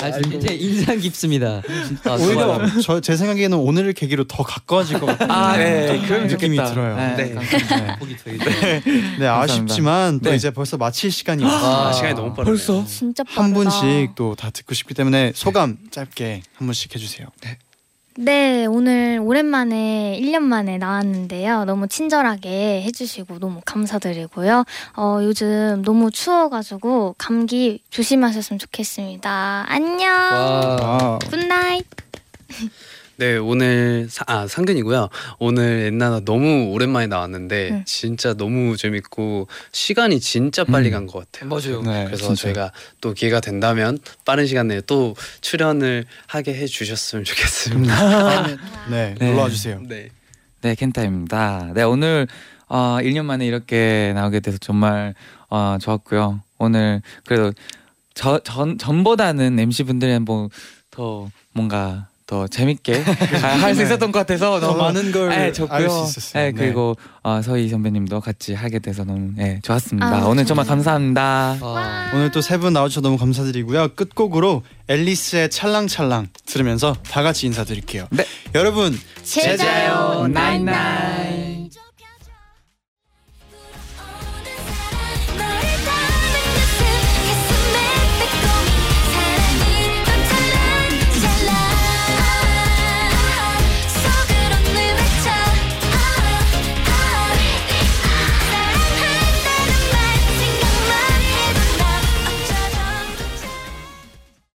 Speaker 3: 아직 굉장히 인상 깊습니다. 아,
Speaker 2: 오히려
Speaker 3: 좋아요.
Speaker 2: 저 제 생각에는 오늘을 계기로 더 가까워질 것 같아요.
Speaker 7: 아, 네. 그럼
Speaker 2: 느낌이
Speaker 7: 좋겠다.
Speaker 2: 들어요.
Speaker 7: 네.
Speaker 2: 네.
Speaker 3: 보기 되게 좋아요.
Speaker 2: 네, 아쉽지만 또
Speaker 7: 네.
Speaker 2: 이제 벌써 마칠 시간이 왔습니다.
Speaker 6: 아, 시간이 너무 빠르네요.
Speaker 7: 벌써?
Speaker 5: 진짜 빠르다.
Speaker 2: 한 분씩 또 다 듣고 싶기 때문에 소감 짧게 한 분씩 해주세요.
Speaker 5: 네, 오늘 오랜만에 1년 만에 나왔는데요. 너무 친절하게 해주시고 너무 감사드리고요. 어, 요즘 너무 추워가지고 감기 조심하셨으면 좋겠습니다. 안녕.
Speaker 3: 와.
Speaker 2: 아,
Speaker 5: 굿나잇.
Speaker 6: 네 오늘 사, 아 상근이고요. 오늘 엔나나 너무 오랜만에 나왔는데
Speaker 5: 응.
Speaker 6: 진짜 너무 재밌고 시간이 진짜
Speaker 2: 음.
Speaker 6: 빨리 간 것 같아요.
Speaker 3: 맞아요.
Speaker 2: 네,
Speaker 6: 그래서
Speaker 2: 진짜.
Speaker 6: 저희가 또 기회가 된다면 빠른 시간 내에 또 출연을 하게 해주셨으면 좋겠습니다.
Speaker 2: 네,
Speaker 7: 네.
Speaker 2: 놀러와 주세요.
Speaker 6: 네.
Speaker 7: 네, 켄타입니다. 네, 오늘 어, 1년 만에 이렇게 나오게 돼서 정말 어, 좋았고요. 오늘 그래도 저, 전 전보다는 MC 분들이 뭐더 뭔가 더 재밌게 할 수 있었던 것 같아서
Speaker 2: 더
Speaker 7: 너무
Speaker 2: 많은 걸
Speaker 7: 예,
Speaker 2: 알 수
Speaker 7: 좋고요.
Speaker 2: 있었어요.
Speaker 7: 예,
Speaker 2: 네.
Speaker 7: 그리고 어, 서희 선배님도 같이 하게 돼서 너무 예, 좋았습니다.
Speaker 5: 아,
Speaker 7: 오늘 정말 감사합니다.
Speaker 3: 아,
Speaker 2: 오늘 또 세 분 나와주셔서 너무 감사드리고요. 끝곡으로 앨리스의 찰랑찰랑 들으면서 다 같이 인사드릴게요.
Speaker 7: 네.
Speaker 2: 여러분
Speaker 5: 제자요,
Speaker 7: 나잇나잇.